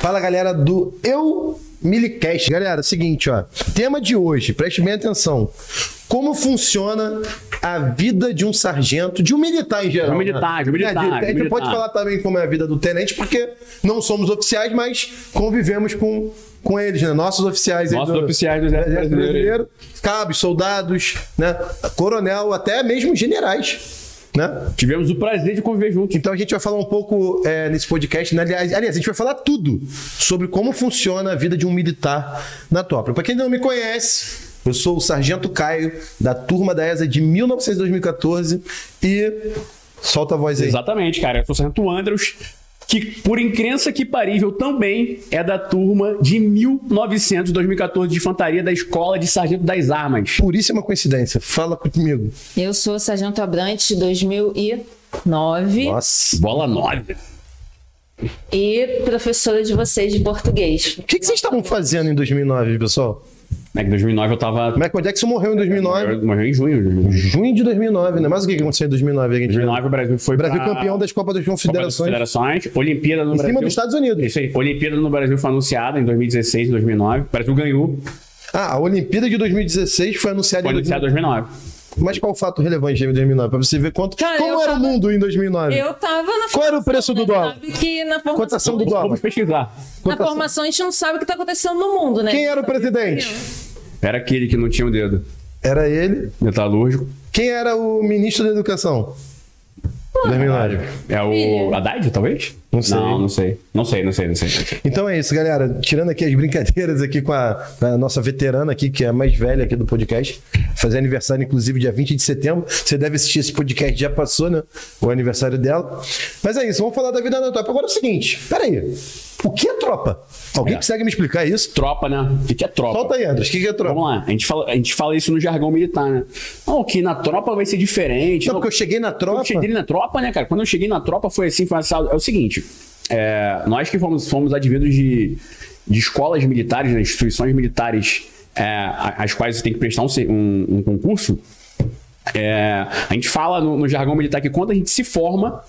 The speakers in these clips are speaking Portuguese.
Fala galera do Eu Milicast. Galera, é seguinte, ó. Tema de hoje, preste bem atenção. Como funciona a vida de um sargento, de um militar em geral? Um militar, né? de um militar, É, de- A gente de um pode falar militar. também como é a vida do tenente, porque não somos oficiais, mas convivemos com, com eles, né? Nossos oficiais. aí Nossos do- oficiais do Exército Exército Brasileiro. Brasileiro, cabos, soldados, né? Coronel, até mesmo generais, né? Tivemos o prazer de conviver juntos. Então a gente vai falar um pouco é, nesse podcast, né? aliás, aliás, a gente vai falar tudo sobre como funciona a vida de um militar na Topra. Para quem não me conhece, eu sou o Sargento Caio, da turma da ESA de 1900 2014 e solta a voz aí. Exatamente, cara. Eu sou o Sargento Andros, que por incrença que parível também é da turma de 1900, 2014, de infantaria da Escola de Sargento das Armas. Puríssima é coincidência, fala comigo. Eu sou Sargento Abrantes de 2009 Nossa. Bola É 9. e professora de vocês de português. O que, que vocês estavam fazendo em 2009, pessoal? é Né, que em 2009 eu tava... Michael Jackson morreu em 2009, Eu morri em junho. de 2009. junho de 2009, né? Mas o que que aconteceu em 2009? Em 2009 o Brasil foi O Brasil pra- campeão das Copas das Copa das Confederações Federações, Olimpíada no em Brasil. cima dos Estados Unidos. Isso aí. Olimpíada no Brasil foi anunciada em 2016, 2009. O Brasil ganhou. Ah, a Olimpíada de 2016 foi anunciada Foi em anunciada em 2009. Mas qual o fato relevante em 2009? Pra você ver quanto, Cara, como eu era o tava- mundo em 2009. Eu tava na Qual era o formação, preço do né? dólar? Sabe que na formação, Cotação do dólar. Vamos pesquisar. Na Cotação. formação a gente não sabe o que tá acontecendo no mundo, né? Quem era o presidente? Era aquele que não tinha o dedo. Era ele. Metalúrgico. Quem era o ministro da educação? 2009. É o Filho. Haddad, talvez? Não sei. Não, não sei. Não sei, não sei, não sei. Então é isso, galera. Tirando aqui as brincadeiras aqui com a, a nossa veterana aqui, que é a mais velha aqui do podcast. Fazer aniversário, inclusive, dia 20 de setembro. Você deve assistir esse podcast, já passou, né? O aniversário dela. Mas é isso, vamos falar da vida da tropa. Agora é o seguinte, peraí. O que é tropa? Alguém É. consegue me explicar isso? Tropa, né? O que é tropa? Solta aí, Andres. O que é tropa? Vamos lá. A gente, fala, a gente fala isso no jargão militar, né? Não, que na tropa vai ser diferente. Não, Não, porque eu cheguei na Quando tropa. Eu cheguei na tropa, né, cara? Quando eu cheguei na tropa foi assim, foi assado. É o seguinte, é, nós que fomos, fomos advindos de, de escolas militares, né, instituições militares, é, a- às quais você tem que prestar um, se- um- um concurso, é, a gente fala no, no jargão militar que quando a gente se forma,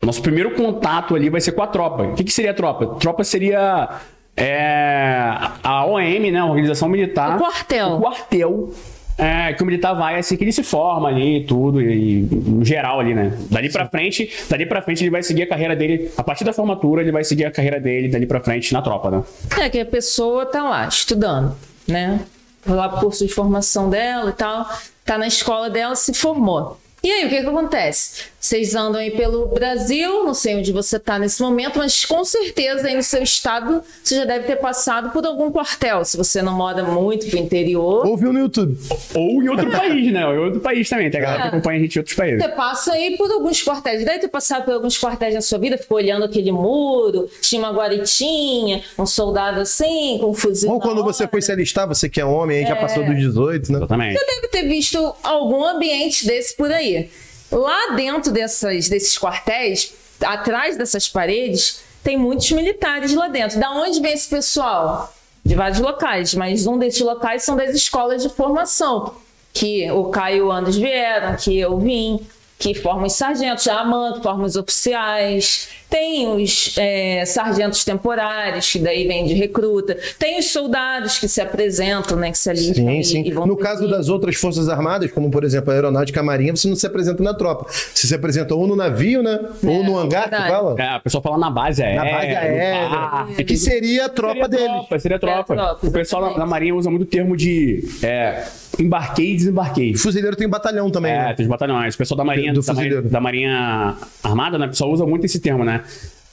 nosso primeiro contato ali vai ser com a tropa. O que, que seria a tropa? Tropa seria é, a OM, né? a Organização Militar. O quartel. O quartel. é, que o militar vai assim que ele se forma ali e tudo, e, e no geral ali, né? Dali pra frente, dali pra frente ele vai seguir a carreira dele. A partir da formatura, ele vai seguir a carreira dele dali pra frente na tropa, né? É que a pessoa tá lá estudando, né? Foi lá pro curso de formação dela e tal, tá na escola dela, se formou. E aí, o que que acontece? Vocês andam aí pelo Brasil, não sei onde você tá nesse momento, mas com certeza aí no seu estado você já deve ter passado por algum quartel, se você não mora muito pro interior. Ouviu no YouTube. Ou em outro país, né? Ou em outro país também. Tem a galera que É. acompanha a gente em outros países. Você passa aí por alguns quartéis. Deve ter passado por alguns quartéis na sua vida, ficou olhando aquele muro, tinha uma guaritinha, um soldado assim, com um fuzil. Ou na quando hora. você foi se alistar, você que é homem, aí já passou dos 18, né? Exatamente. Você deve ter visto algum ambiente desse por aí. Lá dentro dessas, desses quartéis, atrás dessas paredes, tem muitos militares lá dentro. Da onde vem esse pessoal? De vários locais, mas um desses locais são das escolas de formação, que o Caio e o Andros vieram, que eu vim, que formam os sargentos, a Amanda forma os oficiais, tem os é, sargentos temporários, que daí vem de recruta, tem os soldados que se apresentam, né, que se ali Sim, sim. e vão No pedir. caso das outras Forças Armadas, como por exemplo a Aeronáutica a Marinha, você não se apresenta na tropa. Você se apresenta ou no navio, né? ou no hangar, que verdade. fala? É, a pessoa fala na base aérea. Na base no é aérea. É. parque, que seria a tropa seria deles. Tropa, seria tropa. Seria tropa, o pessoal na, exatamente. na Marinha usa muito o termo de é, embarquei e desembarquei. O fuzileiro tem batalhão também, É, né? tem os batalhões. O pessoal da Marinha, Do da, Marinha, fuzileiro. da Marinha Armada, né? O pessoal usa muito esse termo, né?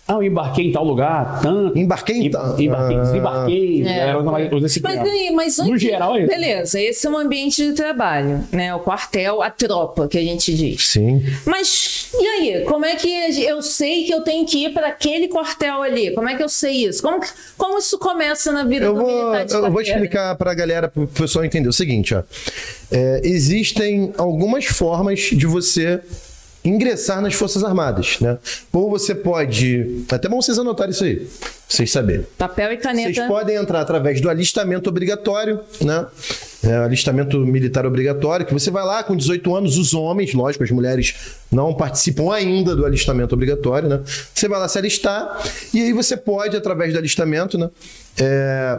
Ah, eu embarquei em tal lugar, tanto. Embarquei em Em- tal- Embarquei, Ah. desembarquei. É. Galera, usa- usa esse Mas termo. aí, mas No geral é isso. Beleza, esse é um ambiente de trabalho, né? O quartel, a tropa, que a gente diz. Sim. Mas e aí? Como é que eu sei que eu tenho que ir para aquele quartel ali? Como é que eu sei isso? Como, que- como isso começa na vida Eu do vou, militar tá de eu vou carreira? explicar pra galera, pro pessoal entender o seguinte, ó. É, existem algumas formas de você ingressar nas Forças Armadas, né? Ou você pode... Até bom vocês anotarem isso aí, pra vocês saberem. Papel e Vocês caneta. podem entrar através do alistamento obrigatório, né? é, alistamento militar obrigatório, que você vai lá com 18 anos, os homens, lógico, as mulheres não participam ainda do alistamento obrigatório, né? Você vai lá se alistar e aí você pode, através do alistamento, né? é,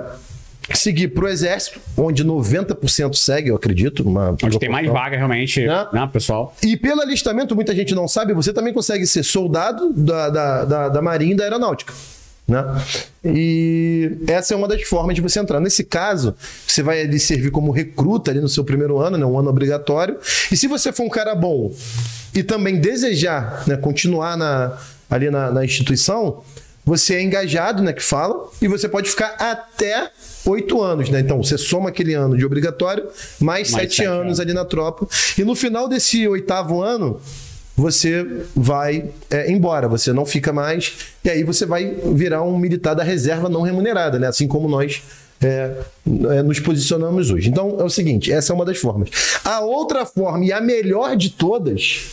seguir para o exército, onde 90% segue, eu acredito. Uma Onde tem mais proporção. vaga realmente, Né? né, pessoal? E pelo alistamento, muita gente não sabe, você também consegue ser soldado da, da, da, da Marinha e da Aeronáutica. Né? E essa é uma das formas de você entrar. Nesse caso, você vai ali servir como recruta ali no seu primeiro ano, né? um ano obrigatório. E se você for um cara bom e também desejar né, continuar na, ali na, na instituição, você é engajado, né, que fala, e você pode ficar até oito anos, né? Então, você soma aquele ano de obrigatório, mais Mais sete sete anos anos. ali na tropa. E no final desse oitavo ano, você vai é, embora, você não fica mais, e aí você vai virar um militar da reserva não remunerada, né? Assim como nós. é, é, nos posicionamos hoje. Então é o seguinte: essa é uma das formas. A outra forma, e a melhor de todas,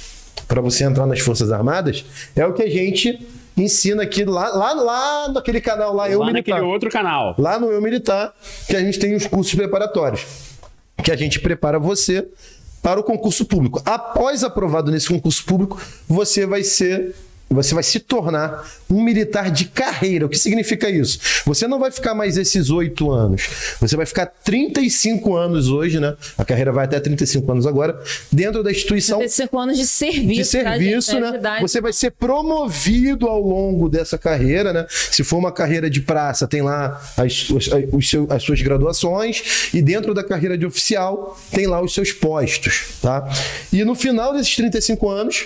para você entrar nas Forças Armadas, é o que a gente ensina aqui lá, lá, lá naquele canal lá, Eu Lá Militar naquele outro canal. lá no Eu Militar, que a gente tem os cursos preparatórios, que a gente prepara você para o concurso público. Após aprovado nesse concurso público, você vai ser você vai se tornar um militar de carreira. O que significa isso? Você não vai ficar mais esses oito anos. Você vai ficar 35 anos hoje, né? A carreira vai até 35 anos agora, dentro da instituição 35 anos de serviço. um tá, É de serviço, né? Você vai ser promovido ao longo dessa carreira, né? Se for uma carreira de praça, tem lá as, os- os seu- as suas graduações e dentro da carreira de oficial tem lá os seus postos, tá? E no final desses 35 anos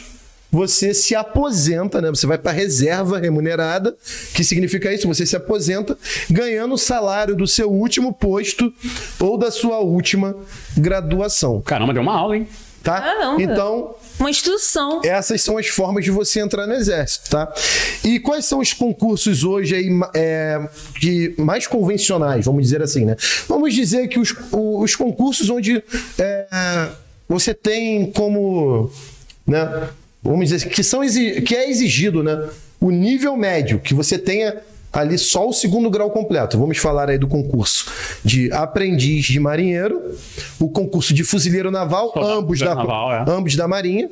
você se aposenta, né? Você vai para reserva remunerada, que significa isso, você se aposenta ganhando o salário do seu último posto ou da sua última graduação, Caramba, deu uma aula, hein? tá? Caramba. Então, Uma instrução. essas são as formas de você entrar no exército, tá? E quais são os concursos hoje aí ma- é, que mais convencionais, vamos dizer assim, né? Vamos dizer que os, o- os concursos onde é, você tem como, né? Vamos dizer assim, que são exi- que é exigido, né? O nível médio que você tenha ali só o segundo grau completo. Vamos falar aí do concurso de aprendiz de marinheiro, o concurso de fuzileiro naval, Soldado ambos da, fuzileiro naval, é. ambos da Marinha.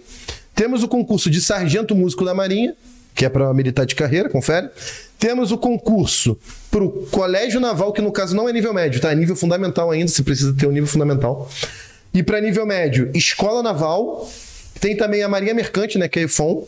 Temos o concurso de sargento músico da Marinha, que é para militar de carreira, confere. Temos o concurso para o Colégio Naval, que no caso não é nível médio, tá? É nível fundamental ainda, você precisa ter um nível fundamental. E para nível médio, Escola Naval. Tem também a Marinha Mercante, né? Que é a EFON.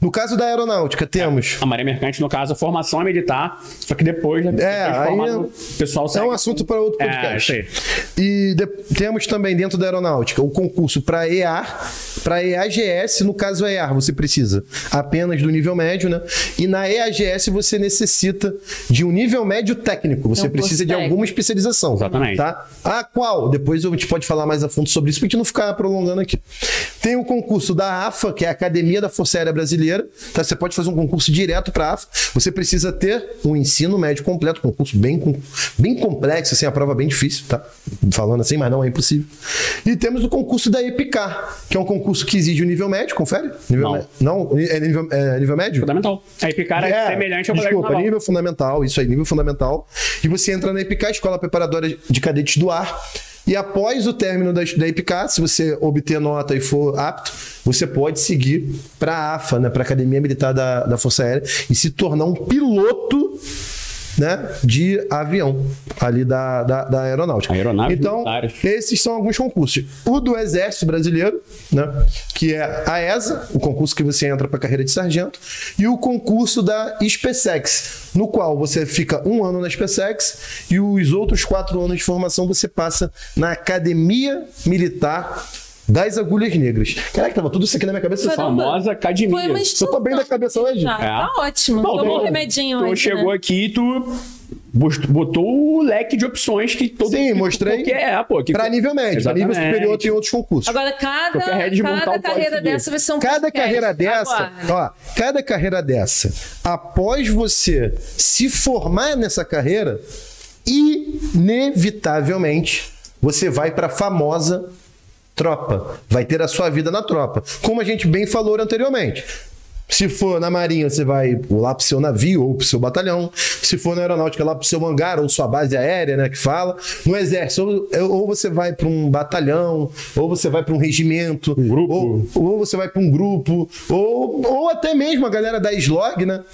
No caso da Aeronáutica, temos. A Maria Mercante, no caso, a formação é militar, só que depois, né, É, depois de aí formado, é- o pessoal É segue. um assunto para outro É, podcast. isso e de- temos também dentro da aeronáutica o concurso para EAR, para EAGS, no caso é a EAR você precisa apenas do nível médio, né? E na EAGS você necessita de um nível médio técnico, você Então, precisa de consegue. alguma especialização. Exatamente. Tá? A qual? Depois a gente pode falar mais a fundo sobre isso, pra gente não ficar prolongando aqui. Tem o concurso da AFA, que é a Academia da Força Aérea Brasileira. Tá? Você pode fazer um concurso direto para a AFA. Você precisa ter um ensino médio completo, um concurso bem, com- bem complexo, assim, a prova bem difícil, tá? Falando assim, mas não é impossível. E temos o concurso da EPICAR, que é um concurso que exige o nível médio, confere? Nível Não. mé- não? É nível, é nível médio? Fundamental. A Epicara é, semelhante ao colégio Desculpa, naval. nível fundamental, isso aí, nível fundamental. E você entra na EPK, Escola Preparadora de Cadetes do Ar. E após o término da, da EPK, se você obter nota e for apto, você pode seguir para a AFA, né, para a Academia Militar da, da Força Aérea, e se tornar um piloto né, de avião ali da, da, da aeronáutica. Aeronaves então, militares. esses são alguns concursos. O do Exército Brasileiro, né, que é a ESA, o concurso que você entra para carreira de sargento, e o concurso da SPSEX, no qual você fica um ano na SPSEX e os outros quatro anos de formação você passa na Academia Militar das Agulhas Negras. Caraca, tava tudo isso aqui na minha cabeça. Caramba. Famosa academia. Foi uma Eu tô bem da cabeça hoje. Tá, É. tá ótimo. Não, Tomou tu- um remedinho tu hoje, chegou né? aqui e tu bust- botou o leque de opções que todo Sim, mostrei. Que é, pô. Que... Para nível médio, para nível Exatamente. superior tem outros concursos. Agora, cada, Eu quero é desmontar cada o carreira pódio dele. dessa vai ser um Cada podcast. carreira dessa, Aguarde. ó, cada carreira dessa, após você se formar nessa carreira, inevitavelmente você vai para a famosa tropa. Vai ter a sua vida na tropa. Como a gente bem falou anteriormente. Se for na marinha, você vai lá pro seu navio ou pro seu batalhão. Se for na aeronáutica, lá pro seu hangar ou sua base aérea, né, que fala. No exército, ou, ou você vai para um batalhão, ou você vai para um regimento, Um grupo. ou, ou você vai para um grupo, ou, ou até mesmo a galera da slog, né,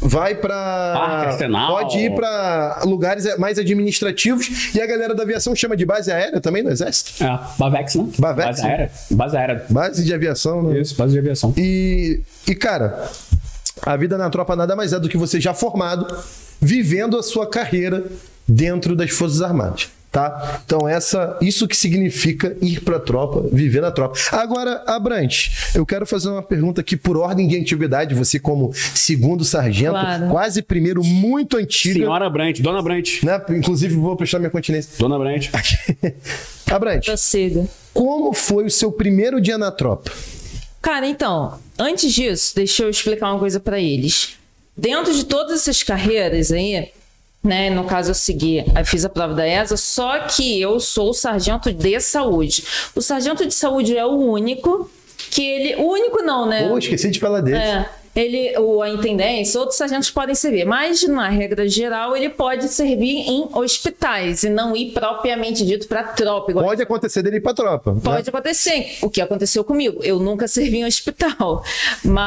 vai Parque para Arsenal. pode ir para lugares mais administrativos e a galera da aviação chama de base aérea também no exército. É, Bavex, né? Bavex, Base né? aérea. Base aérea. Base de aviação, né? Isso, base de aviação. E, e, cara, a vida na tropa nada mais é do que você já formado, vivendo a sua carreira dentro das Forças Armadas. Tá? Então, essa, isso que significa ir pra tropa, viver na tropa. Agora, Abrantes, eu quero fazer uma pergunta aqui por ordem de antiguidade. Você, como segundo sargento, Claro. quase primeiro, muito antiga. Senhora Brant, Dona Brant. Né? Inclusive, vou prestar minha continência. Dona Brant. Abrantes, Prossiga. como foi o seu primeiro dia na tropa? Cara, então, antes disso, deixa eu explicar uma coisa pra eles. Dentro de todas essas carreiras aí, né, no caso eu segui, aí fiz a prova da ESA, só que eu sou o sargento de saúde. O sargento de saúde é o único que ele, o único não, né? Pô, esqueci de falar dele. É, ele, ou a intendência, outros sargentos podem servir, mas na regra geral ele pode servir em hospitais e não ir propriamente dito pra tropa. igual Pode acontecer dele ir pra tropa. né? Pode acontecer, o que aconteceu comigo. Eu nunca servi em hospital,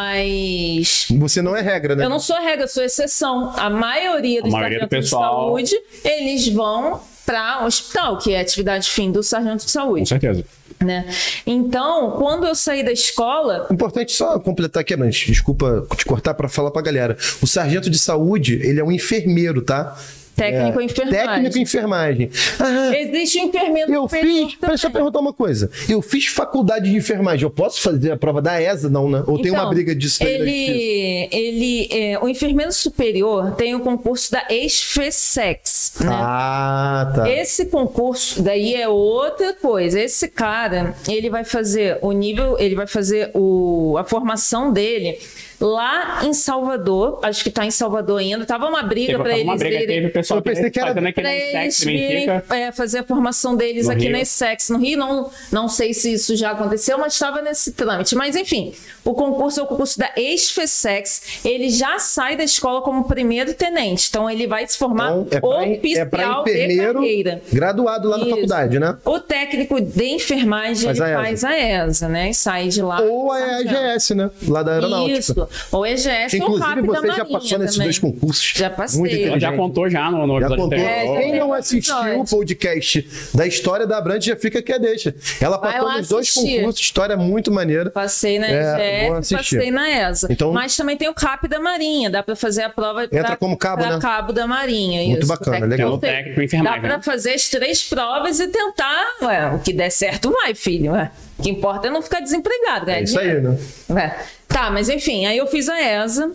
mas Você não é regra, né? eu não sou a regra, eu sou a exceção. A maioria dos A maioria do sargentos pessoal- de saúde, eles vão para hospital, que é a atividade fim do sargento de Com saúde, certeza. né? Então, quando eu saí da escola, Importante só completar aqui, Abrantes. Desculpa te cortar pra falar pra galera. O sargento de saúde, ele é um enfermeiro, tá? Técnico em enfermagem. Técnico em enfermagem. Ah, existe um enfermeiro eu superior fiz. Peraí, só perguntar uma coisa. Eu fiz faculdade de enfermagem. Eu posso fazer a prova da ESA, não, né? Ou tem uma Então, briga disso daí na justiça? Ele, ele é, o enfermeiro superior tem o concurso da ex-FESEX, né? Ah, tá. Esse concurso daí é outra coisa. Esse cara, ele vai fazer o nível, ele vai fazer o, a formação dele lá em Salvador. Acho que tá em Salvador ainda. Tava uma briga Teve para uma eles briga que teve irem. o pessoal Eu pensei que era- fazendo Pra aquele eles sexo nem virem fica. é, fazer a formação deles No aqui Rio. na ESEX no Rio. Não, não sei se isso já aconteceu, mas estava nesse trâmite. Mas enfim, o concurso é o concurso da ex-FESEX. Ele já sai da escola como primeiro tenente. Então ele vai se formar Então, é pra, é pra oficial de enfermeiro carreira. graduado lá na Isso. faculdade, né? O técnico de enfermagem Faz ele a ESA. faz a ESA, né? E sai de lá. Ou é a sargento. EGS, né? Lá da aeronáutica. Isso. Ou é EGS Que, ou inclusive, CAP da você já Marinha passou nesses também. dois concursos. Já passei. Muito Ela Ela inteligente. já contou já no, no Já episódio contou. anterior. É, Quem não assistiu episódio. o podcast da história da Brandt já fica que a deixa. Ela Vai passou lá nos dois assistir. concursos, história muito maneira. Passei na É, vou EGS, assistir. passei na ESA. Então- Mas também tem o CAP da Marinha, dá pra fazer a prova Entra pra- como cabo, pra né? cabo da Marinha. Muito isso, bacana, técnico- legal. É o técnico em enfermagem, Dá pra né? fazer as três provas e tentar, ué, o que der certo vai, filho. ué. O que importa é não ficar desempregado, né? É isso aí, né? É. Tá, mas enfim, aí eu fiz a ESA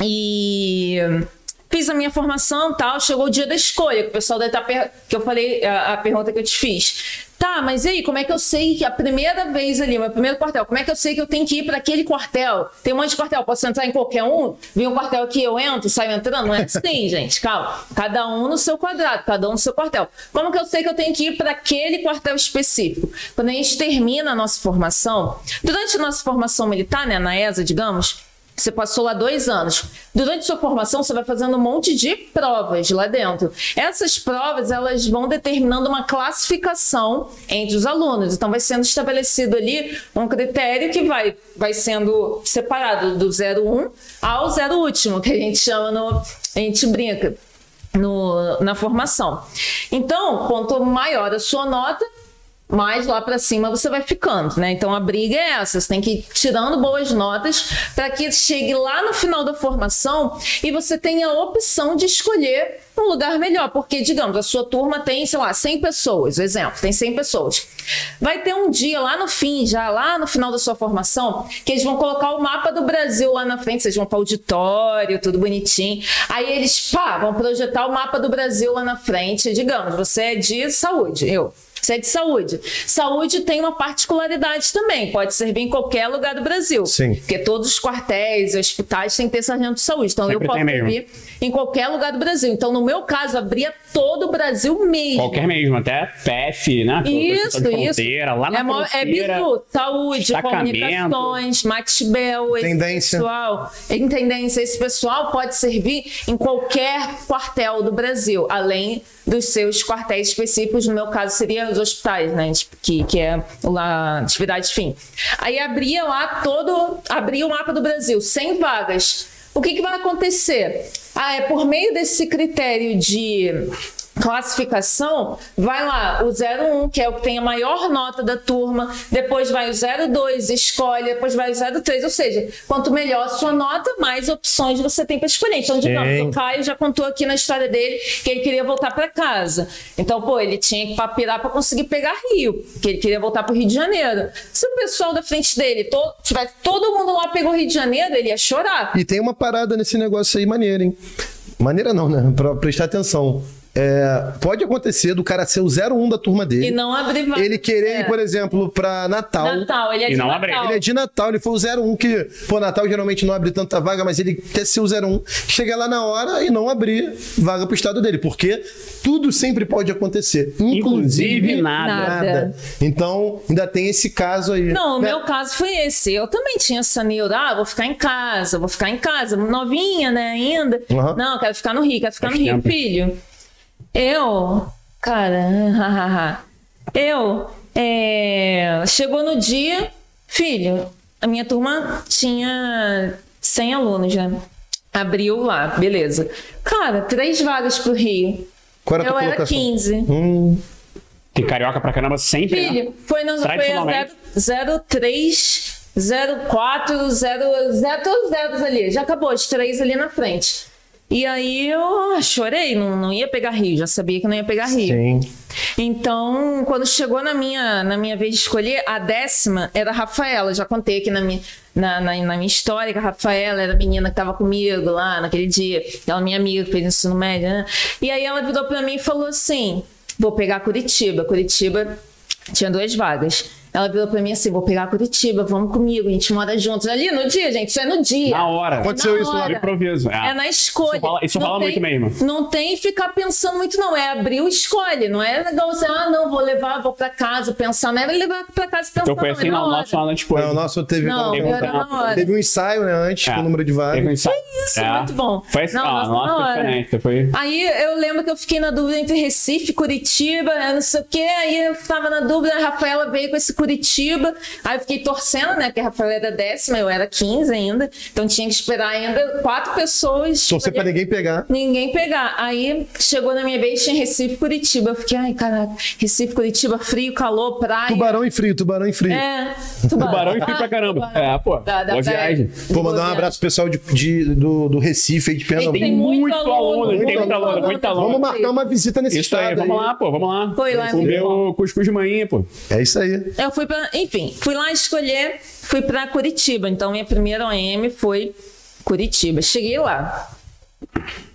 e fiz a minha formação e tal. Chegou o dia da escolha, que o pessoal deve estar. Per... Que eu falei a, a pergunta que eu te fiz. Tá, mas e aí, como é que eu sei que a primeira vez ali, meu primeiro quartel, como é que eu sei que eu tenho que ir para aquele quartel? Tem um monte de quartel, posso entrar em qualquer um? Vem um quartel que eu entro, saio entrando? Não é assim, gente, calma. Cada um no seu quadrado, cada um no seu quartel. Como que eu sei que eu tenho que ir para aquele quartel específico? Quando a gente termina a nossa formação, durante a nossa formação militar, né, na ESA, digamos, você passou lá dois anos. Durante sua formação, você vai fazendo um monte de provas lá dentro. Essas provas, elas vão determinando uma classificação entre os alunos. Então, vai sendo estabelecido ali um critério que vai, vai sendo separado do 01 ao zero último, que a gente chama no... A gente brinca no, na formação. Então, quanto maior a sua nota, mas lá pra cima você vai ficando, né? Então a briga é essa, você tem que ir tirando boas notas para que chegue lá no final da formação e você tenha a opção de escolher um lugar melhor, porque digamos, a sua turma tem, sei lá, 100 pessoas, exemplo, tem 100 pessoas. Vai ter um dia lá no fim, já lá no final da sua formação, que eles vão colocar o mapa do Brasil lá na frente, vocês vão para auditório, tudo bonitinho. Aí eles, pá, vão projetar o mapa do Brasil lá na frente, digamos, você é de saúde, eu Isso é de saúde. Saúde tem uma particularidade também, pode servir em qualquer lugar do Brasil. Sim. Porque todos os quartéis, hospitais têm que ter sargento de saúde. Então Sempre eu posso tem mesmo. servir em qualquer lugar do Brasil. Então, no meu caso, abria todo o Brasil mesmo. Qualquer mesmo, até PF, né? Isso, Proteção de isso. Fronteira, lá na é, mó- é fronteira. bizu, saúde, destacamento. comunicações, Max Bell, esse Intendência. pessoal. Intendência, esse pessoal pode servir em qualquer quartel do Brasil, além dos seus quartéis específicos, no meu caso seria os hospitais, né, que, que é lá atividade fim. Aí abria lá todo, abria o mapa do Brasil, 100 vagas. O que, que vai acontecer? Ah, é por meio desse critério de classificação, vai lá o 01, que é o que tem a maior nota da turma, depois vai o 02, escolhe, depois vai o 03, ou seja, quanto melhor a sua nota, mais opções você tem para escolher. Então, digamos, Sim. o Caio já contou aqui na história dele que ele queria voltar para casa. Então, pô, ele tinha que papirar para conseguir pegar Rio, porque ele queria voltar para o Rio de Janeiro. Se o pessoal da frente dele, to- tivesse todo mundo lá pegou Rio de Janeiro, ele ia chorar. E tem uma parada nesse negócio aí maneira, hein? Maneira não, né? Pra prestar atenção. É, pode acontecer do cara ser o 01 da turma dele. E não abrir vaga. Ele querer É. ir, por exemplo, pra Natal. Natal, ele é E de não abre. Natal. Ele é de Natal, ele foi o 01 que, pô, Natal geralmente não abre tanta vaga, mas ele quer ser o 01. Chegar lá na hora e não abrir vaga pro estado dele, porque tudo sempre pode acontecer. Inclusive, Inclusive, nada. Nada. Então, ainda tem esse caso aí. Não, o né? meu caso foi esse. Eu também tinha essa neura, ah, vou ficar em casa, vou ficar em casa, novinha, né, ainda. Aham. Não, quero ficar no Rio, quero ficar Faz no Rio, tempo. filho. Eu, cara, hahaha. eu, é, chegou no dia, filho, a minha turma tinha 100 alunos, né? Abriu lá, beleza. Cara, três vagas pro Rio. Qual era a eu tua era colocação? 15. Hum, Tem carioca pra caramba sempre. né? Filho, foi, no, foi a Tradicionalmente. 03, 04, 0, 0, todos os zeros ali. Já acabou, os três ali na frente. E aí eu ah, chorei, não, não ia pegar Rio, já sabia que não ia pegar Rio. sim. Então, quando chegou na minha, na minha vez de escolher, a décima era a Rafaela. Eu já contei aqui na minha, na, na, na minha história que a Rafaela era a menina que tava comigo lá naquele dia. Ela é minha amiga, que fez ensino médio, né? E aí ela virou pra mim e falou assim: vou pegar Curitiba. Curitiba tinha duas vagas. Ela virou pra mim assim: vou pegar Curitiba, vamos comigo, a gente mora juntos. Ali no dia, gente, isso é no dia. Na hora. Aconteceu Na isso lá. hora. Improviso. É na escolha. Isso rola- isso Não rola muito tem- mesmo. Não tem ficar pensando muito, não. É abrir o escolhe. Não é legal você, ah, não, vou levar, vou pra casa pensar. Não era levar pra casa pensar. Eu conheci não, é não, na o hora. nosso antes Não, o nosso teve, Não, eu né? era na hora. teve um ensaio, né, antes, Ah, É. com o número de um vagas. isso, é muito bom. Foi assim, Não, ah, nossa, nossa, na foi hora. diferente. Foi... Aí eu lembro que eu fiquei na dúvida entre Recife, Curitiba, né, não sei o quê. Aí eu tava na dúvida, a Rafaela veio com esse Curitiba. Aí eu fiquei torcendo, né? Porque a Rafaela era décima, eu era 15 ainda. Então tinha que esperar ainda quatro pessoas. Torcer pra ninguém pegar. Ninguém pegar. Aí chegou na minha vez, tinha Recife, Curitiba. Eu fiquei, ai, caraca, Recife, Curitiba, frio, calor, praia. Tubarão em frio, tubarão em frio. É, Tubarão e fui pra Ah, caramba. tubarão. É, pô. Da- da boa praia. viagem. Vou mandar um Boa abraço pro pessoal de, de- do, do Recife e de Pernambuco. Tem Tem muito muito aluno, aluno, tem muito muito aluno, aluno. muito aluno. Vamos marcar uma visita nesse Isso aí, estado vamos lá, pô, vamos lá. Foi lá, é Comer muito o cuscuz de manhã, pô. É isso aí. Eu fui pra. Enfim, fui lá escolher, fui pra Curitiba. Então, minha primeira OM foi Curitiba. Cheguei lá.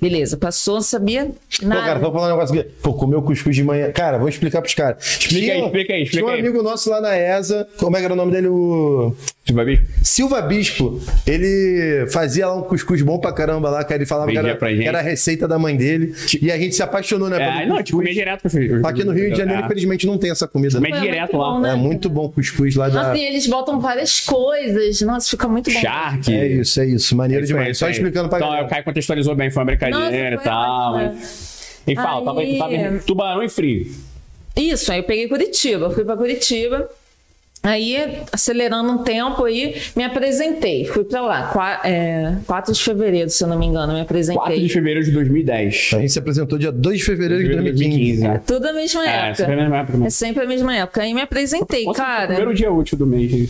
Beleza, passou, não sabia Pô, cara, nada. vou falar um negócio aqui. Pô, comeu cuscuz de manhã. Cara, vou explicar pros caras. Explica aí, explica aí, Tinha explica um aí. amigo nosso lá na ESA. Como é que era o nome dele? O. Tu vai ver? Silva Bispo, ele fazia lá um cuscuz bom pra caramba lá, cara. Ele falava que Vendia era, pra gente. que era a receita da mãe dele. E a gente se apaixonou, né? É, pelo não, cuscuz. tipo, comer direto é, com Aqui no Rio de Janeiro, infelizmente, não tem essa comida. Comer Foi direto muito bom, lá. né? É muito bom o cuscuz lá da. Nossa, e eles botam várias coisas. Nossa, fica muito bom. Shark. É isso, é isso. Maneiro Isso aí, demais. isso Só aí. explicando pra Então, galera. o Caio contextualizou bem, foi uma Nossa, brincadeira foi e tal. ótimo. mas- E fala, tava, Aí- tava em tubarão e frio. Isso, aí eu peguei Curitiba, fui pra Curitiba. Aí, acelerando um tempo aí, me apresentei. Fui pra lá, qua- é, 4 de fevereiro, se eu não me engano, 4 me de apresentei. fevereiro de 2010. A gente se apresentou dia 2 de fevereiro de 2015. né? Tudo a mesma É, época. sempre na mesma época. né? É sempre a mesma época. Aí me apresentei, Nossa, cara. Primeiro dia útil do mês. né?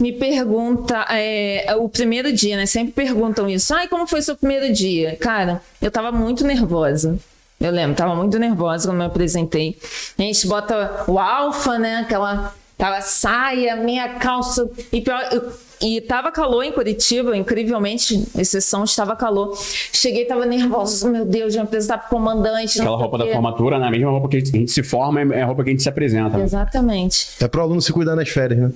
Me pergunta é, o primeiro dia, né? Sempre perguntam isso. Ai, como foi seu primeiro dia? Cara, eu tava muito nervosa. Eu lembro, tava muito nervosa quando me apresentei. A gente bota o alfa, né? Aquela Tava saia, meia calça. E, pior, eu- e tava calor em Curitiba, incrivelmente, exceção, estava calor. Cheguei, tava nervosa, meu Deus, já apresentar pro comandante. não Aquela sei roupa o da quê. formatura, né? A mesma roupa que a gente se forma é a roupa que a gente se apresenta. né? Exatamente. É pro aluno se cuidar nas férias, né?